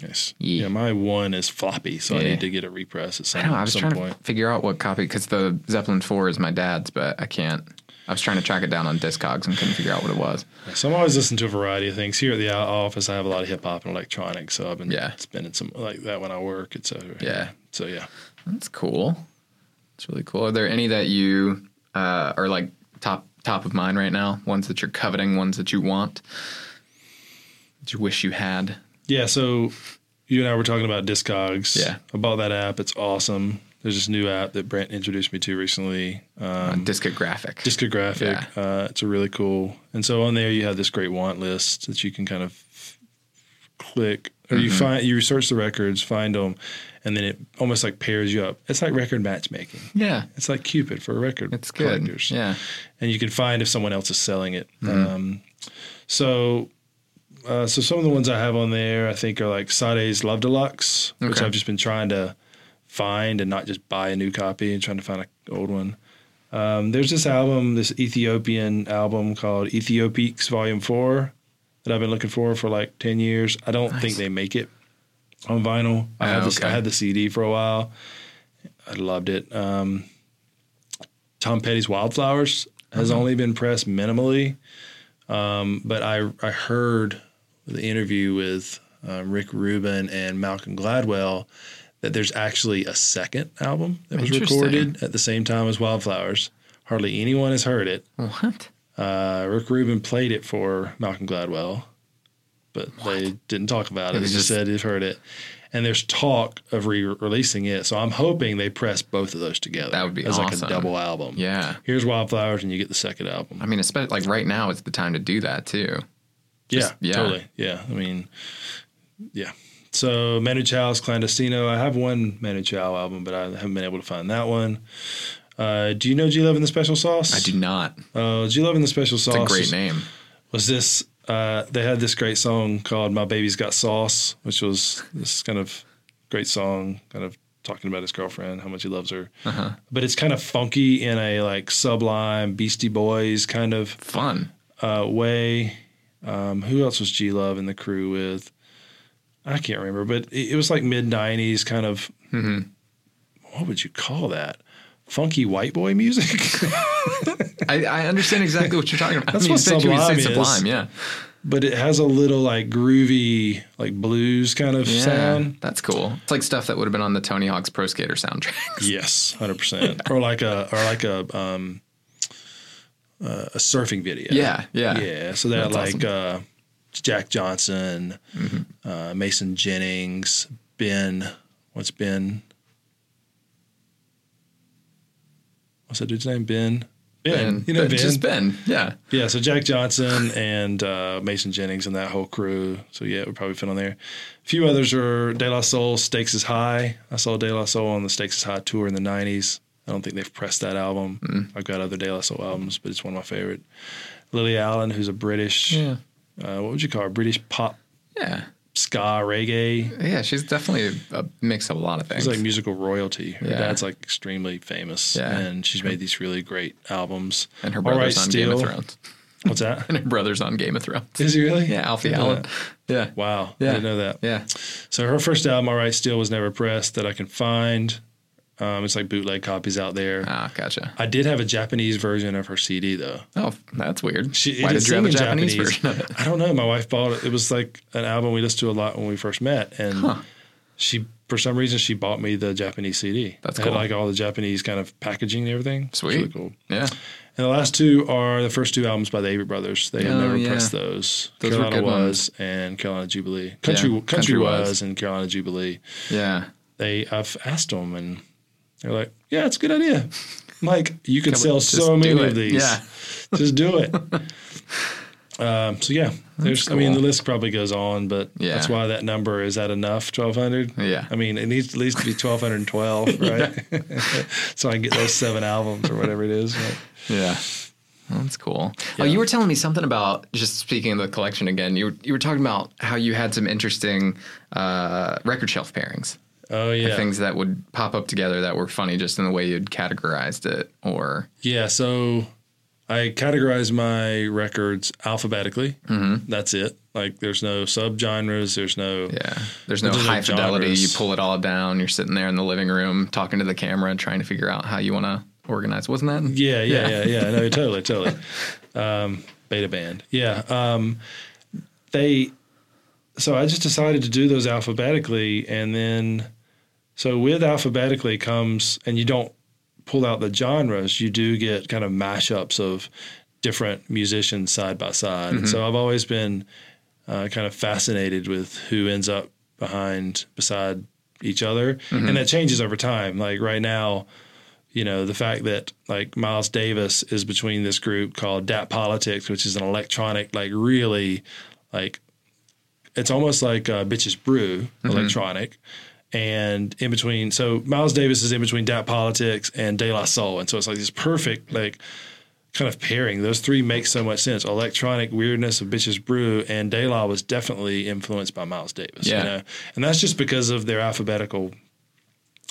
Speaker 2: Nice.
Speaker 4: Yeah.
Speaker 2: Yeah. my one is floppy, so I
Speaker 4: Yeah.
Speaker 2: need to get a repress at some,
Speaker 4: I know. I was
Speaker 2: some
Speaker 4: trying
Speaker 2: point.
Speaker 4: to figure out what copy because the Zeppelin Four is my dad's, but I can't. I was trying to track it down on Discogs and couldn't figure out what it was.
Speaker 2: So I'm always listening to a variety of things. Here at the o- office, I have a lot of hip hop and electronic, so I've been
Speaker 4: Yeah.
Speaker 2: spending some like that when I work, etc.
Speaker 4: Yeah.
Speaker 2: So yeah,
Speaker 4: That's cool. It's really cool. Are there any that you uh, are like top top of mind right now? Ones that you're coveting, ones that you want, that you wish you had.
Speaker 2: yeah. So you and I were talking about Discogs.
Speaker 4: Yeah.
Speaker 2: I bought that app. It's awesome. There's this new app that Brent introduced me to recently.
Speaker 4: Uh,
Speaker 2: Um,
Speaker 4: discographic.
Speaker 2: Discographic.
Speaker 4: Yeah.
Speaker 2: Uh, it's a really cool. And so on there, you have this great want list that you can kind of click, or
Speaker 4: Mm-hmm.
Speaker 2: you find you research the records, find them, and then it almost like pairs you up. It's like record matchmaking.
Speaker 4: yeah,
Speaker 2: It's like Cupid for record
Speaker 4: it's good.
Speaker 2: collectors.
Speaker 4: Yeah. Mm-hmm.
Speaker 2: and you can find if someone else is selling it. Um, so. Uh, so some of the ones I have on there, I think, are like Sade's Love Deluxe, which
Speaker 4: Okay.
Speaker 2: I've just been trying to find and not just buy a new copy and trying to find an old one. Um, there's this album, this Ethiopian album called Ethiopiques Volume 4 that I've been looking for for like 10 years. I don't think they make it on vinyl. I,
Speaker 4: Ah,
Speaker 2: had this,
Speaker 4: okay.
Speaker 2: I had the CD for a while. I loved it. Um, Tom Petty's Wildflowers has
Speaker 4: Mm-hmm.
Speaker 2: only been pressed minimally, um, but I, I heard the interview with um, Rick Rubin and Malcolm Gladwell that there's actually a second album that was
Speaker 4: Interesting.
Speaker 2: recorded at the same time as Wildflowers. Hardly anyone has heard it.
Speaker 4: What?
Speaker 2: Uh, Rick Rubin played it for Malcolm Gladwell, but they didn't talk about it.
Speaker 4: It
Speaker 2: They
Speaker 4: was
Speaker 2: just
Speaker 4: just-
Speaker 2: said they've heard it. And there's talk of re-releasing it, so I'm hoping they press both of those together.
Speaker 4: That would be
Speaker 2: as
Speaker 4: awesome.
Speaker 2: like a double album.
Speaker 4: Yeah.
Speaker 2: Here's Wildflowers, and you get the second album.
Speaker 4: I mean, especially like right now, it's the time to do that too.
Speaker 2: yeah,
Speaker 4: yeah.
Speaker 2: totally. Yeah, I mean, yeah. So Manu Chao's Clandestino. I have one Manu Chao album, but I haven't been able to find that one. Uh, do you know G Love and the Special Sauce?
Speaker 4: I do not.
Speaker 2: Uh, G Love and the Special Sauce.
Speaker 4: It's a
Speaker 2: is-
Speaker 4: great name.
Speaker 2: was this uh, they had this great song called My Baby's Got Sauce, which was this kind of great song, kind of talking about his girlfriend, how much he loves her.
Speaker 4: Uh-huh.
Speaker 2: But it's kind of funky in a like sublime Beastie Boys kind of
Speaker 4: Fun.
Speaker 2: uh, way. Um, who else was G Love in the crew with? I can't remember, but it, it was like mid 90s kind of Mm-hmm. what would you call that? Funky white boy music?
Speaker 4: I, I understand exactly what you're talking about.
Speaker 2: That's
Speaker 4: I mean,
Speaker 2: what
Speaker 4: thank you. You said
Speaker 2: Sublime is.
Speaker 4: Sublime, yeah.
Speaker 2: but it has a little like groovy, like blues kind of
Speaker 4: yeah.
Speaker 2: sound.
Speaker 4: That's cool. It's like stuff that would have been on the Tony Hawk's Pro Skater soundtrack.
Speaker 2: Yes, hundred percent. Or like a or like a um uh, a surfing video.
Speaker 4: Yeah, yeah.
Speaker 2: yeah. So that
Speaker 4: That's
Speaker 2: like uh, Jack Johnson,
Speaker 4: Mm-hmm.
Speaker 2: uh, Mason Jennings, Ben. What's Ben? What's that dude's name? Ben. Ben, you know,
Speaker 4: Ben-
Speaker 2: Ben.
Speaker 4: just Ben. Yeah,
Speaker 2: Yeah, so Jack Johnson and uh, Mason Jennings and that whole crew. So yeah, it would probably fit on there. A few others are De La Soul, Stakes is High. I saw De La Soul on the Stakes is High tour in the '90s. I don't think they've pressed that album.
Speaker 4: Mm.
Speaker 2: I've got other De La Soul albums, but it's one of my favorite. Lily Allen, who's a British,
Speaker 4: yeah,
Speaker 2: uh, what would you call her? British pop,
Speaker 4: yeah,
Speaker 2: ska, reggae.
Speaker 4: yeah. She's definitely a mix of a lot of things.
Speaker 2: She's like musical royalty. Her
Speaker 4: Yeah.
Speaker 2: dad's like extremely famous,
Speaker 4: Yeah.
Speaker 2: and she's made these really great albums.
Speaker 4: and her
Speaker 2: All
Speaker 4: brother's
Speaker 2: Right
Speaker 4: on Game of
Speaker 2: Still.
Speaker 4: Thrones.
Speaker 2: What's that?
Speaker 4: And her brother's on Game of Thrones.
Speaker 2: Is he really?
Speaker 4: Yeah, Alfie
Speaker 2: Didn't know
Speaker 4: Allen.
Speaker 2: that.
Speaker 4: Yeah,
Speaker 2: Wow,
Speaker 4: Yeah.
Speaker 2: I didn't know that.
Speaker 4: yeah.
Speaker 2: So her first album, All Right Still, was never pressed that I can find. Um, it's like bootleg copies out there.
Speaker 4: Ah, gotcha.
Speaker 2: I did have a Japanese version of her CD though.
Speaker 4: Oh, that's weird.
Speaker 2: She,
Speaker 4: Why
Speaker 2: it
Speaker 4: did you have a
Speaker 2: sing in
Speaker 4: Japanese, version of it?
Speaker 2: I don't know. My wife bought it. It was like an album we listened to a lot when we first met, and
Speaker 4: Huh.
Speaker 2: she, for some reason, she bought me the Japanese CD.
Speaker 4: That's
Speaker 2: It
Speaker 4: cool.
Speaker 2: Had like all the Japanese kind of packaging and everything. It's
Speaker 4: Sweet.
Speaker 2: really cool.
Speaker 4: Yeah,
Speaker 2: And the last two are the first two albums by the Avery Brothers. They had
Speaker 4: Oh,
Speaker 2: never
Speaker 4: yeah.
Speaker 2: pressed those.
Speaker 4: Those were
Speaker 2: Carolina
Speaker 4: good
Speaker 2: was and Carolina Jubilee. Country,
Speaker 4: Yeah,
Speaker 2: country,
Speaker 4: Country Was.
Speaker 2: was, and Carolina Jubilee.
Speaker 4: yeah.
Speaker 2: They, I've asked them, and they're like, "Yeah, it's a good idea." I'm like, you could sell
Speaker 4: Just
Speaker 2: so
Speaker 4: do
Speaker 2: many
Speaker 4: it.
Speaker 2: of these.
Speaker 4: Yeah,
Speaker 2: just do it. um, so yeah, there's. I mean, the list probably goes on, but
Speaker 4: Yeah.
Speaker 2: that's why that number is that enough? Twelve hundred.
Speaker 4: Yeah.
Speaker 2: I mean, it needs at least to be twelve hundred and twelve, right? so I can get those seven albums or whatever it is. Like,
Speaker 4: Yeah. Well, That's cool. Oh, you were telling me something about just speaking of the collection again. You were, you were talking about how you had some interesting uh, record shelf pairings,
Speaker 2: oh yeah.
Speaker 4: things that would pop up together that were funny just in the way you'd categorized it. Or
Speaker 2: Yeah, so I categorize my records alphabetically. Mm-hmm. That's it. Like, there's no subgenres. There's no.
Speaker 4: yeah, there's no
Speaker 2: Those are
Speaker 4: high fidelity.
Speaker 2: genres.
Speaker 4: You pull it all down. You're sitting there in the living room talking to the camera, trying to figure out how you want to organize. Wasn't that?
Speaker 2: Yeah, yeah, yeah, yeah. No, totally, totally. Um, beta band. Yeah. Um, they. So I just decided to do those alphabetically, and then, so with alphabetically comes, and you don't pull out the genres. You do get kind of mashups of different musicians side by side. And so I've always been uh, kind of fascinated with who ends up behind beside each other, and that changes over time. Like right now, you know, the fact that like Miles Davis is between this group called Dat Politics, which is an electronic, like really, like it's almost like uh, Bitches Brew electronic. And in between, so Miles Davis is in between Dat Politics and De La Soul, and so it's like this perfect like kind of pairing. Those three make so much sense. Electronic weirdness of Bitches Brew and De La was definitely influenced by Miles Davis.
Speaker 4: Yeah.
Speaker 2: You know? And that's just because of their alphabetical um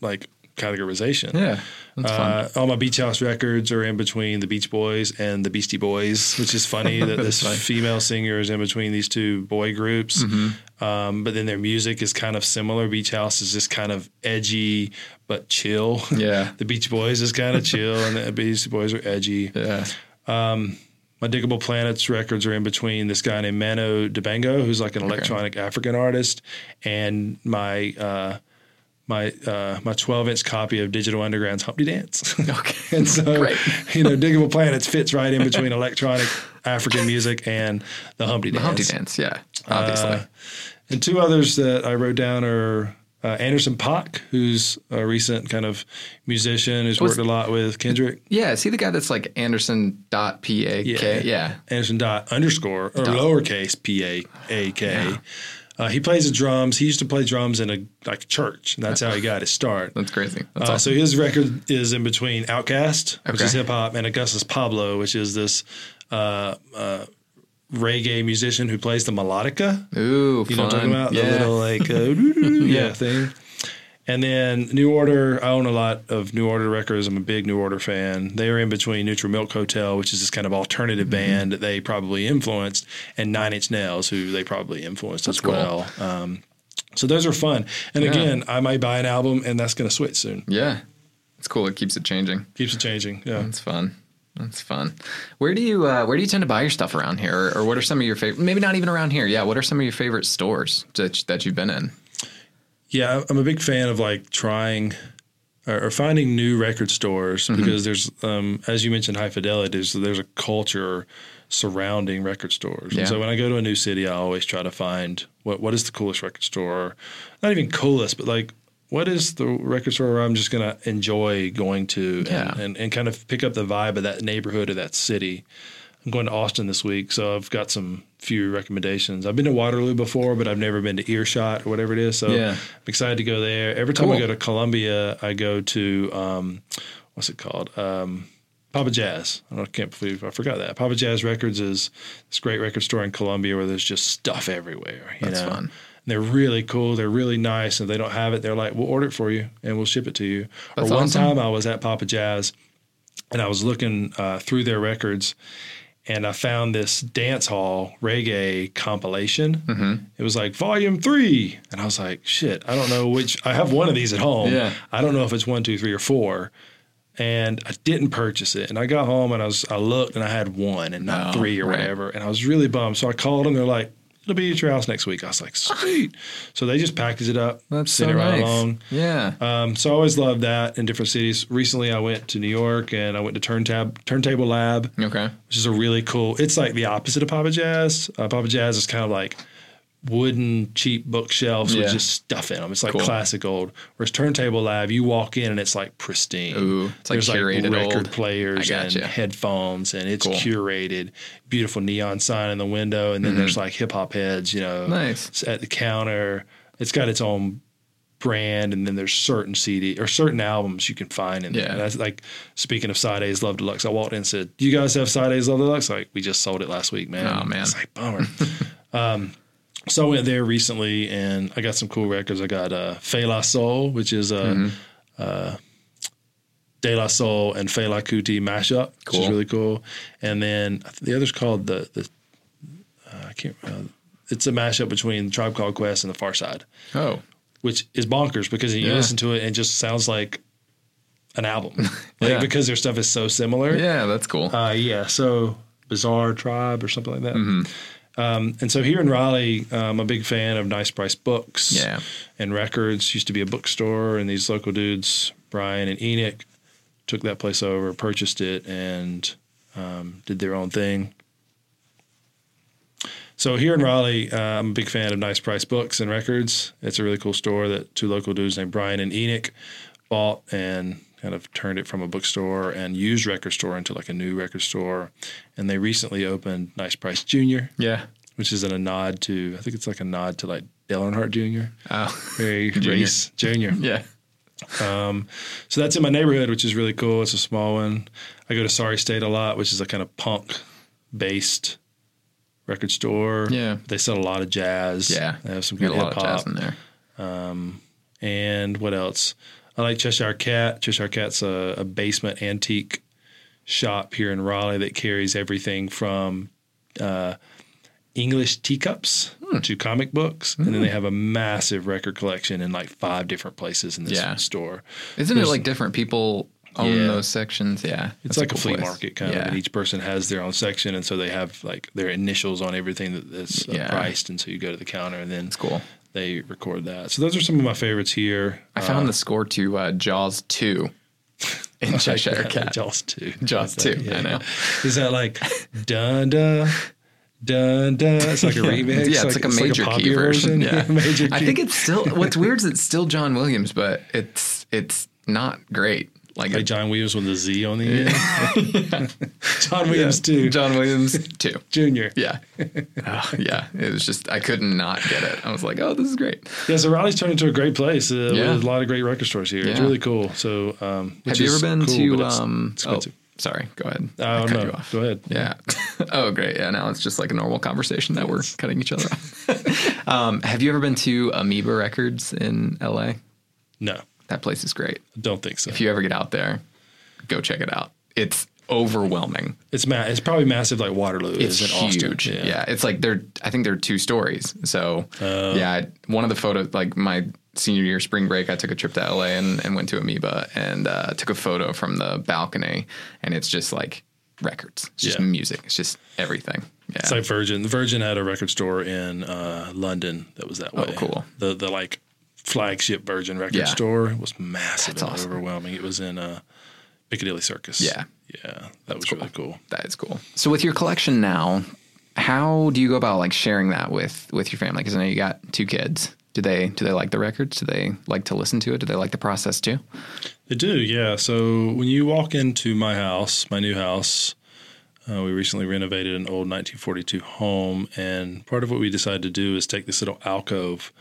Speaker 2: like categorization.
Speaker 4: Yeah, that's fun.
Speaker 2: Uh, all my beach house records are in between the Beach Boys and the Beastie Boys, which is funny that this female singer is in between these two boy groups.
Speaker 4: Mm-hmm.
Speaker 2: Um, but then their music is kind of similar. Beach House is just kind of edgy but chill.
Speaker 4: Yeah.
Speaker 2: the Beach Boys is kind of chill, and the Beastie Boys are edgy.
Speaker 4: Yeah,
Speaker 2: My Diggable Planets records are in between this guy named Mano Dibango, who's like an electronic African artist, and my uh, my uh, my twelve inch copy of Digital Underground's Humpty Dance.
Speaker 4: Okay.
Speaker 2: and so
Speaker 4: Great.
Speaker 2: you know, Diggable Planets fits right in between electronic African music and the Humpty
Speaker 4: the
Speaker 2: Dance.
Speaker 4: Humpty Dance. Yeah, obviously.
Speaker 2: Uh, and two others that I wrote down are. Uh, Anderson Pock, who's a recent kind of musician who's
Speaker 4: Was-
Speaker 2: worked a lot with Kendrick.
Speaker 4: yeah, is he the guy that's like Anderson dot P A K?
Speaker 2: Yeah.
Speaker 4: Yeah,
Speaker 2: Anderson dot underscore or lowercase p a a k. Uh, he plays the drums. He used to play drums in a like church, and that's
Speaker 4: Uh-huh.
Speaker 2: how he got his start.
Speaker 4: that's crazy. That's
Speaker 2: Uh,
Speaker 4: awesome.
Speaker 2: so his record is in between Outcast, which
Speaker 4: Okay.
Speaker 2: is hip hop, and Augustus Pablo, which is this uh, uh, reggae musician who plays the melodica.
Speaker 4: Ooh, fun.
Speaker 2: You know what I'm talking about? The
Speaker 4: Yeah.
Speaker 2: little like uh, yeah thing. And then New Order, I own a lot of New Order records. I'm a big New Order fan. They are in between Neutral Milk Hotel, which is this kind of alternative
Speaker 4: Mm-hmm.
Speaker 2: band that they probably influenced, and Nine Inch Nails, who they probably influenced as
Speaker 4: cool.
Speaker 2: well. Um, so those are fun. And again, I might buy an album, and that's going to switch soon.
Speaker 4: Yeah. It's cool. It keeps it changing.
Speaker 2: Keeps it changing. Yeah.
Speaker 4: That's fun. That's fun. Where do you uh, where do you tend to buy your stuff around here, or, or what are some of your favorite? Maybe not even around here. Yeah, what are some of your favorite stores that that you've been in?
Speaker 2: Yeah, I'm a big fan of like trying or, or finding new record stores
Speaker 4: Mm-hmm.
Speaker 2: because there's, um, as you mentioned, high fidelity. There's, there's a culture surrounding record stores.
Speaker 4: Yeah.
Speaker 2: And so when I go to a new city, I always try to find what what is the coolest record store, not even coolest, but like what is the record store where I'm just gonna enjoy going to
Speaker 4: Yeah.
Speaker 2: and, and, and kind of pick up the vibe of that neighborhood or that city. I'm going to Austin this week, so I've got some few recommendations. I've been to Waterloo before, but I've never been to Earshot or whatever it is. So
Speaker 4: Yeah.
Speaker 2: I'm excited to go there. Every time I
Speaker 4: Cool.
Speaker 2: go to Columbia, I go to um, what's it called? Um, Papa Jazz. I, don't, I can't believe I forgot that. Papa Jazz Records is this great record store in Columbia where there's just stuff everywhere. You
Speaker 4: That's
Speaker 2: know?
Speaker 4: fun.
Speaker 2: And they're really cool. They're really nice. And if they don't have it, they're like, we'll order it for you and we'll ship it to you.
Speaker 4: That's
Speaker 2: or one
Speaker 4: awesome.
Speaker 2: time I was at Papa Jazz and I was looking uh, through their records and I found this dance hall reggae compilation.
Speaker 4: Mm-hmm.
Speaker 2: It was like volume three. And I was like, shit, I don't know which. I have one of these at home.
Speaker 4: Yeah.
Speaker 2: I don't know if it's one, two, three, or four. And I didn't purchase it. And I got home and I was I looked and I had one and not
Speaker 4: Oh,
Speaker 2: three or
Speaker 4: right.
Speaker 2: whatever. And I was really bummed. So I called them. They're like, it'll be at your house next week. I was like, sweet. so they just packaged it up,
Speaker 4: That's
Speaker 2: sent
Speaker 4: so
Speaker 2: it right
Speaker 4: nice.
Speaker 2: along.
Speaker 4: Yeah.
Speaker 2: Um, so I always loved that in different cities. Recently, I went to New York and I went to Turntab, Turntable Lab,
Speaker 4: okay.
Speaker 2: which is a really cool. It's like the opposite of Papa Jazz. Uh, Papa Jazz is kind of like wooden, cheap bookshelves
Speaker 4: Yeah.
Speaker 2: with just stuff in them. It's like
Speaker 4: Cool.
Speaker 2: classic old. Whereas Turntable Lab, you walk in and it's like pristine.
Speaker 4: Ooh, it's like
Speaker 2: There's
Speaker 4: curated
Speaker 2: record
Speaker 4: old.
Speaker 2: players
Speaker 4: I
Speaker 2: and
Speaker 4: gotcha.
Speaker 2: headphones, and it's
Speaker 4: Cool.
Speaker 2: curated. Beautiful neon sign in the window, and then there's like hip hop heads, you know,
Speaker 4: Mm-hmm. Nice.
Speaker 2: s- at the counter. It's got its own brand, and then there's certain CD or certain albums you can find in
Speaker 4: Yeah.
Speaker 2: there. That's like speaking of Side A's Love Deluxe. I walked in and said, "Do you guys have Side A's Love Deluxe?" Like we just sold it last week, man.
Speaker 4: Oh, man.
Speaker 2: it's like bummer. um, so I went there recently, and I got some cool records. I got uh, Fe La Soul, which is a
Speaker 4: Mm-hmm.
Speaker 2: uh, De La Soul and Fe La Kuti mashup, which
Speaker 4: Cool.
Speaker 2: is really cool. And then I think the other's called the the uh, I can't. Uh, it's a mashup between Tribe Called Quest and The Far Side
Speaker 4: Oh,
Speaker 2: which is bonkers because you
Speaker 4: Yeah.
Speaker 2: listen to it and it just sounds like an album, like
Speaker 4: Yeah.
Speaker 2: because their stuff is so similar.
Speaker 4: yeah. That's cool.
Speaker 2: Uh, yeah. So Bizarre Tribe or something like that.
Speaker 4: Mm-hmm.
Speaker 2: Um, and so here in Raleigh, um, I'm a big fan of Nice Price Books
Speaker 4: Yeah.
Speaker 2: and Records. Used to be a bookstore, and these local dudes, Brian and Enoch, took that place over, purchased it, and um, did their own thing. So here in Raleigh, uh, I'm a big fan of Nice Price Books and Records. It's a really cool store that two local dudes named Brian and Enoch bought and kind of turned it from a bookstore and used record store into like a new record store. And they recently opened Nice Price Junior,
Speaker 4: yeah.
Speaker 2: which is in a nod to I think it's like a nod to like Dale Earnhardt Jr.
Speaker 4: Oh,
Speaker 2: Very
Speaker 4: Junior.
Speaker 2: race Junior.
Speaker 4: yeah.
Speaker 2: So that's in my neighborhood, which is really cool. It's a small one. I go to Sorry State a lot, which is a kind of punk based record store.
Speaker 4: Yeah.
Speaker 2: They sell a lot of jazz.
Speaker 4: Yeah.
Speaker 2: They have some
Speaker 4: Got
Speaker 2: good
Speaker 4: a lot
Speaker 2: hip
Speaker 4: of jazz
Speaker 2: hop.
Speaker 4: in there.
Speaker 2: And what else? I like Cheshire Cat. Cheshire Cat's a, a basement antique shop here in Raleigh that carries everything from uh, English teacups
Speaker 4: Hmm.
Speaker 2: to comic books. And then they have a massive record collection in like five different places in this
Speaker 4: Yeah.
Speaker 2: store.
Speaker 4: Isn't it
Speaker 2: There's-
Speaker 4: like different people own
Speaker 2: Yeah.
Speaker 4: those sections? Yeah.
Speaker 2: It's
Speaker 4: That's
Speaker 2: like a,
Speaker 4: cool
Speaker 2: flea
Speaker 4: place.
Speaker 2: market kind of,
Speaker 4: Yeah.
Speaker 2: and each person has their own section, and so they have like their initials on everything that, that's uh,
Speaker 4: Yeah.
Speaker 2: priced, and so you go to the counter, and then
Speaker 4: It's cool.
Speaker 2: they record that. So those are some of my favorites here. Uh,
Speaker 4: I found the score to uh, Jaws 2 in Cheshire Cat.
Speaker 2: Jaws two,
Speaker 4: Jaws
Speaker 2: Is that-
Speaker 4: 2, I know.
Speaker 2: Is that like dun dun dun dun? It's like a remix.
Speaker 4: Yeah, it's like, a major key
Speaker 2: popular
Speaker 4: version. Yeah.
Speaker 2: major key.
Speaker 4: I think it's still what's weird is it's still John Williams, but it's it's not great. Like, John,
Speaker 2: like John Williams with a Z on the end. John Williams two,
Speaker 4: John Williams two.
Speaker 2: Junior.
Speaker 4: Yeah. Oh, yeah. It was just I couldn't not get it. I was like, oh, this is great.
Speaker 2: Yeah, so Raleigh's turned into a great place uh,
Speaker 4: Yeah.
Speaker 2: with a lot of great record stores here. It's
Speaker 4: Yeah.
Speaker 2: really cool. So, um, which
Speaker 4: Have you
Speaker 2: is
Speaker 4: ever been
Speaker 2: cool, but
Speaker 4: to
Speaker 2: it's
Speaker 4: um oh,
Speaker 2: expensive.
Speaker 4: sorry, go ahead.
Speaker 2: I don't
Speaker 4: cut
Speaker 2: know.
Speaker 4: you off.
Speaker 2: Go ahead.
Speaker 4: Yeah. oh, great. Yeah. Now it's just like a normal conversation that we're cutting each other off. um, have you ever been to Amoeba Records in LA?
Speaker 2: No,
Speaker 4: That place is great.
Speaker 2: I don't think so.
Speaker 4: If you ever get out there, go check it out. It's overwhelming.
Speaker 2: it's ma- It's probably massive, like Waterloo
Speaker 4: It's
Speaker 2: is in Austin.
Speaker 4: huge. Yeah. It's like they're, I think they're two stories. So,
Speaker 2: Oh.
Speaker 4: yeah. I- One of the photos, like my senior year spring break, I took a trip to LA and, and went to Amoeba and uh, took a photo from the balcony. And it's just like records, it's just
Speaker 2: Yeah.
Speaker 4: music, it's just everything. Yeah.
Speaker 2: It's like Virgin. Virgin had a record store in uh, London that was that way.
Speaker 4: Oh, cool.
Speaker 2: The the like flagship Virgin record
Speaker 4: Yeah.
Speaker 2: store was massive
Speaker 4: That's
Speaker 2: and
Speaker 4: awesome.
Speaker 2: overwhelming. It was in uh, Piccadilly Circus.
Speaker 4: Yeah.
Speaker 2: yeah, that was really cool.
Speaker 4: That is cool. So with your collection now, how do you go about like sharing that with with your family? Because I know you got two kids. Do they do they like the records? Do they like to listen to it? Do they like the process too?
Speaker 2: They do, yeah. So when you walk into my house, my new house, uh, we recently renovated an old 1942 home, and part of what we decided to do is take this little alcove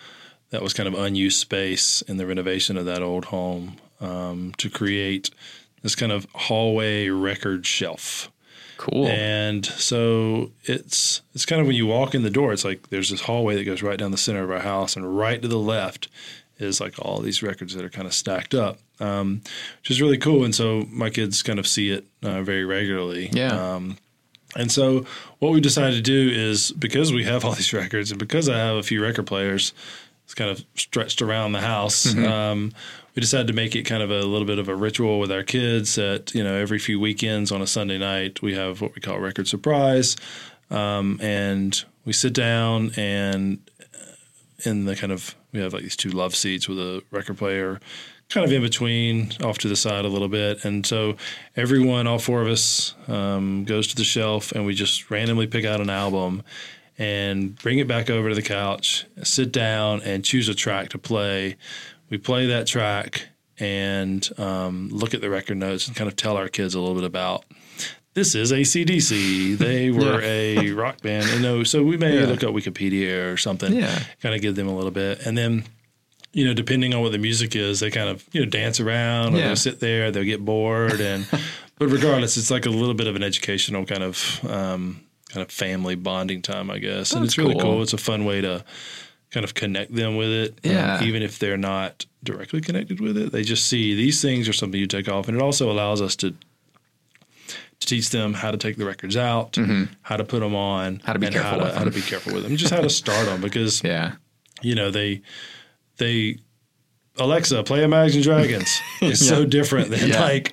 Speaker 2: that was kind of unused space in the renovation of that old home um, to create this kind of hallway record shelf.
Speaker 4: Cool.
Speaker 2: And so it's it's kind of when you walk in the door, it's like there's this hallway that goes right down the center of our house, and right to the left is like all these records that are kind of stacked up, um, which is really cool. And so my kids kind of see it uh, very regularly.
Speaker 4: Yeah.
Speaker 2: Um, and so what we decided to do is because we have all these records, and because I have a few record players, it's kind of stretched around the house. Um, we decided to make it kind of a little bit of a ritual with our kids that, you know, every few weekends on a Sunday night, we have what we call record surprise. Um, and we sit down and in the kind of, we have like these two love seats with a record player kind of in between off to the side a little bit. And so everyone, all four of us, um, goes to the shelf and we just randomly pick out an album and bring it back over to the couch, sit down, and choose a track to play. We play that track and um, look at the record notes and kind of tell our kids a little bit about this is ACDC. They were a rock band. And no, so we may
Speaker 4: Yeah.
Speaker 2: look up Wikipedia or something,
Speaker 4: Yeah.
Speaker 2: kind of give them a little bit. And then, you know, depending on what the music is, they kind of, you know, dance around or
Speaker 4: Yeah.
Speaker 2: they'll sit there, they'll get bored. And, but regardless, it's like a little bit of an educational kind of, um, kind of family bonding time, I guess. and
Speaker 4: That's
Speaker 2: it's really
Speaker 4: cool.
Speaker 2: cool. It's a fun way to kind of connect them with it. um,
Speaker 4: Yeah.
Speaker 2: even if they're not directly connected with it, they just see these things are something you take off. And it also allows us to, to teach them how to take the records out, how to put them on,
Speaker 4: Mm-hmm. How to be
Speaker 2: and
Speaker 4: careful
Speaker 2: how, to,
Speaker 4: with
Speaker 2: how to
Speaker 4: them.
Speaker 2: be careful with them, just how to start them because
Speaker 4: yeah.
Speaker 2: you know they they Alexa play Imagine Dragons is so different than
Speaker 4: Yeah.
Speaker 2: like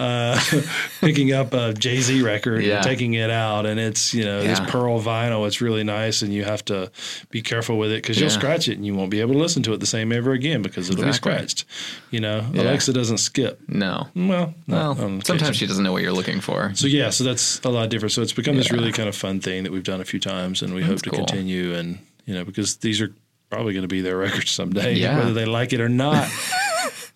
Speaker 2: uh, picking up a Jay Z record
Speaker 4: Yeah.
Speaker 2: and taking it out and it's you know this
Speaker 4: Yeah.
Speaker 2: pearl vinyl it's really nice and you have to be careful with it because you'll
Speaker 4: Yeah.
Speaker 2: scratch it and you won't be able to listen to it the same ever again because it'll
Speaker 4: Exactly.
Speaker 2: be scratched you know
Speaker 4: Yeah.
Speaker 2: Alexa doesn't skip
Speaker 4: No.
Speaker 2: well
Speaker 4: Well,
Speaker 2: not on
Speaker 4: sometimes
Speaker 2: occasion.
Speaker 4: she doesn't know what you're looking for.
Speaker 2: So yeah, so that's a lot different. So it's become this
Speaker 4: Yeah.
Speaker 2: really kind of fun thing that we've done a few times, and we hope to
Speaker 4: cool.
Speaker 2: continue. And you know, because these are probably going to be their records someday,
Speaker 4: Yeah.
Speaker 2: whether they like it or not.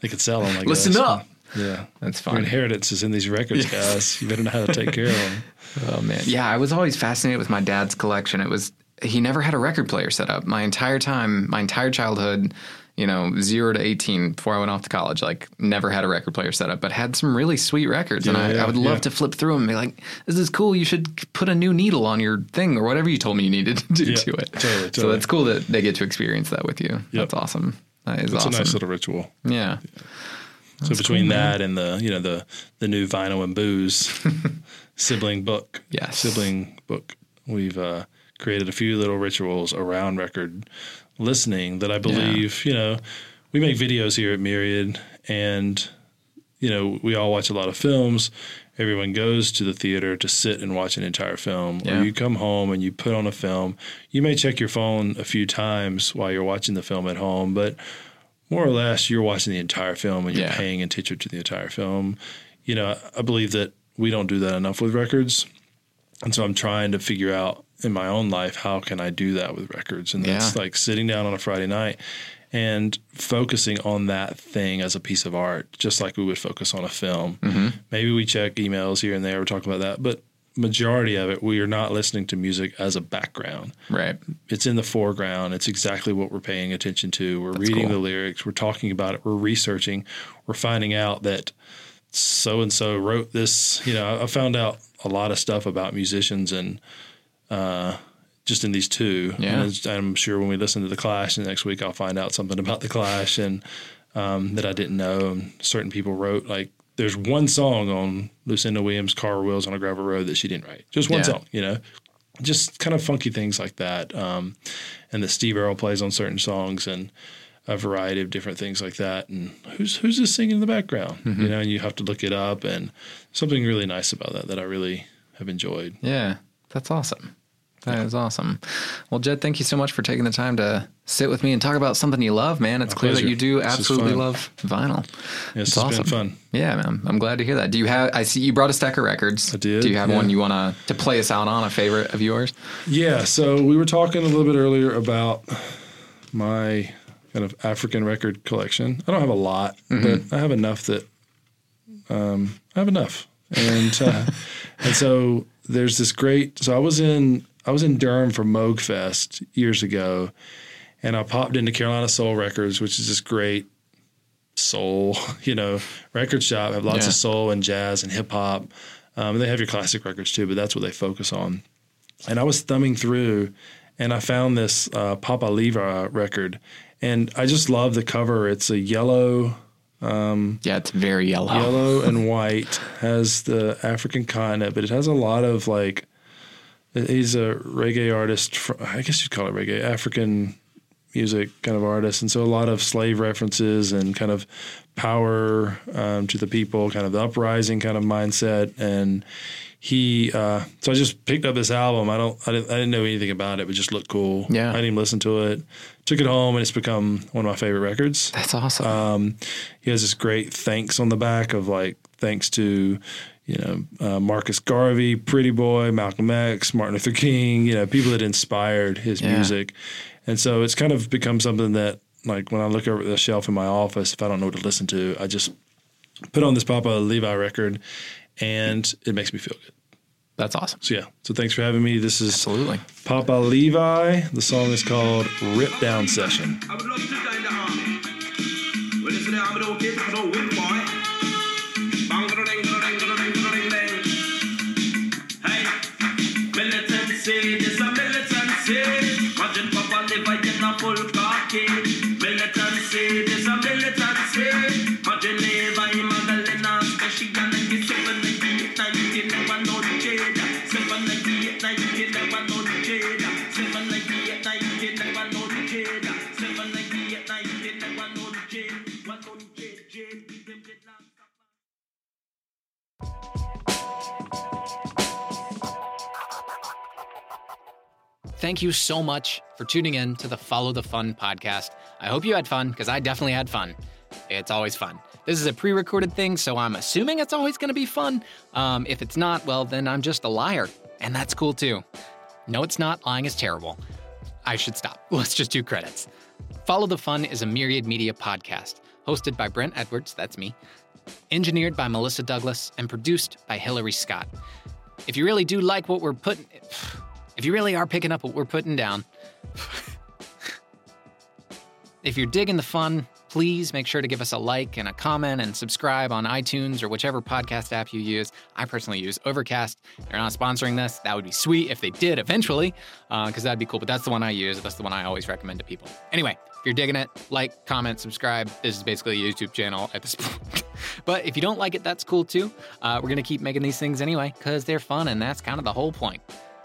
Speaker 2: they could sell them. I
Speaker 4: Listen
Speaker 2: guess.
Speaker 4: up.
Speaker 2: Yeah,
Speaker 4: That's
Speaker 2: Your
Speaker 4: fine.
Speaker 2: inheritance is in these records, guys. You better know how to take care of them.
Speaker 4: Oh man. Yeah, I was always fascinated with my dad's collection. It was he never had a record player set up. My entire time, my entire childhood, you know, zero to eighteen before I went off to college, like never had a record player set up, but had some really sweet records. and
Speaker 2: Yeah,
Speaker 4: I,
Speaker 2: yeah,
Speaker 4: I would love
Speaker 2: yeah.
Speaker 4: to flip through them and be like, This is cool, you should put a new needle on your thing or whatever you told me you needed to do
Speaker 2: Yeah,
Speaker 4: to it.
Speaker 2: totally,
Speaker 4: So
Speaker 2: totally.
Speaker 4: that's cool that they get to experience that with you. That's awesome. That is
Speaker 2: It's
Speaker 4: awesome.
Speaker 2: a nice little ritual.
Speaker 4: yeah.
Speaker 2: so between that and the you know the the new vinyl and booze sibling book,
Speaker 4: Yes.
Speaker 2: sibling book, we've uh, created a few little rituals around record listening that I believe you know we make videos here at Myriad and you know we all watch a lot of films. Everyone goes to the theater to sit and watch an entire film.
Speaker 4: Yeah.
Speaker 2: Or you come home and you put on a film. You may check your phone a few times while you're watching the film at home, but more or less you're watching the entire film and you're
Speaker 4: Yeah.
Speaker 2: paying attention to the entire film. You know, I believe that we don't do that enough with records. And so I'm trying to figure out in my own life how can I do that with records? And that's
Speaker 4: Yeah.
Speaker 2: like sitting down on a Friday night and focusing on that thing as a piece of art, just like we would focus on a film.
Speaker 4: Mm-hmm.
Speaker 2: Maybe we check emails here and there, we're talking about that, but majority of it we are not listening to music as a background
Speaker 4: Right.
Speaker 2: it's in the foreground. It's exactly what we're paying attention to. We're reading
Speaker 4: cool.
Speaker 2: the lyrics. We're talking about it. We're researching. We're finding out that so and so wrote this. You know, I- I found out a lot of stuff about musicians and uh, just in these two.
Speaker 4: Yeah.
Speaker 2: And it's- I'm sure when we listen to the Clash and next week, I'll find out something about the Clash and um, that I didn't know. And certain people wrote like. There's one song on Lucinda Williams' "Car Wheels on a Gravel Road" that she didn't write. Just one
Speaker 4: Yeah.
Speaker 2: song, you know just kind of funky things like that. Um, and that Steve Earle plays on certain songs and a variety of different things like that. And who's who's just singing in the background? You know, and you have to look it up and something really nice about that that I really have enjoyed.
Speaker 4: Yeah, that's awesome. That is awesome. Well, Jed, thank you so much for taking the time to sit with me and talk about something you love, man. It's clear that
Speaker 2: pleasure.
Speaker 4: you do
Speaker 2: This is
Speaker 4: absolutely
Speaker 2: fun.
Speaker 4: love vinyl.
Speaker 2: Yes,
Speaker 4: It's
Speaker 2: it's been fun.
Speaker 4: Yeah, man. I'm glad to hear that. Do you have? I see you brought a stack of records.
Speaker 2: I did,
Speaker 4: Do you have
Speaker 2: yeah.
Speaker 4: one you want to to play us out on? A favorite of yours?
Speaker 2: Yeah. So we were talking a little bit earlier about my kind of African record collection. I don't have a lot, but I have enough that um, I have enough. And uh, and so there's this great. So I was in I was in Durham for Moog Fest years ago, and I popped into Carolina Soul Records, which is this great soul, you know, record shop. Have lots
Speaker 4: Yeah.
Speaker 2: of soul and jazz and hip hop. Um, and they have your classic records too, but that's what they focus on. And I was thumbing through, and I found this uh, Papa Leva record, and I just love the cover. It's a yellow,
Speaker 4: Yeah, it's very yellow.
Speaker 2: yellow and white. Has the African continent, but it has a lot of like. He's a reggae artist. fr I guess you'd call it reggae, African music kind of artist, and so a lot of slave references and kind of power um, to the people, kind of the uprising kind of mindset. And he, uh, so I just picked up this album. I don't, I didn't, I didn't know anything about it, but it just looked cool.
Speaker 4: Yeah.
Speaker 2: I didn't even listen to it. Took it home, and it's become one of my favorite records.
Speaker 4: That's awesome.
Speaker 2: Um, he has this great thanks on the back of like thanks to you know uh, Marcus Garvey, Pretty Boy, Malcolm X, Martin Luther King. You know people that inspired his
Speaker 4: Yeah.
Speaker 2: music, and so it's kind of become something that like when I look over the shelf in my office, if I don't know what to listen to, I just put on this Papa Levi record, and it makes me feel good.
Speaker 4: That's awesome.
Speaker 2: So yeah, so thanks for having me. This is
Speaker 4: Absolutely.
Speaker 2: Papa Levi. The song is called "Rip Down Session."
Speaker 5: I would love to die in the army. Well, listen, there, I'm an old kid, I don't win, boy. Bang, da, ding, da, ding, da, ding, da, ding, ding. Hey, militancy, this a militancy. Imagine Papa Levi in a full khaki. Militancy, this a militancy. Imagine Levi Magdalena, special and he seven ninety-eight, ninety-never no jada. Seven ninety-eight, ninety-never no jada. Seven ninety-eight, ninety-never no jada. Seven ninety-eight, ninety-never no jada. What on jada, jada, them did not stop.
Speaker 1: Thank you so much for tuning in to the Follow the Fun podcast. I hope you had fun because I definitely had fun. It's always fun. This is a pre recorded thing, so I'm assuming it's always going to be fun. Um, if it's not, well, then I'm just a liar, and that's cool too. No, it's not. Lying is terrible. I should stop. Let's just do credits. Follow the Fun is a myriad media podcast hosted by Brent Edwards, that's me, engineered by Melissa Douglas, and produced by Hillary Scott. If you really do like what we're putting, if you really are picking up what we're putting down, if you're digging the fun, please make sure to give us a like and a comment and subscribe on iTunes or whichever podcast app you use. I personally use Overcast. They're not sponsoring this. That would be sweet if they did eventually, because that'd be cool. But that's the one I use. That's the one I always recommend to people. Anyway, if you're digging it, like, comment, subscribe. This is basically a YouTube channel at this point. but if you don't like it, that's cool too. Uh, we're going to keep making these things anyway because they're fun and that's kind of the whole point.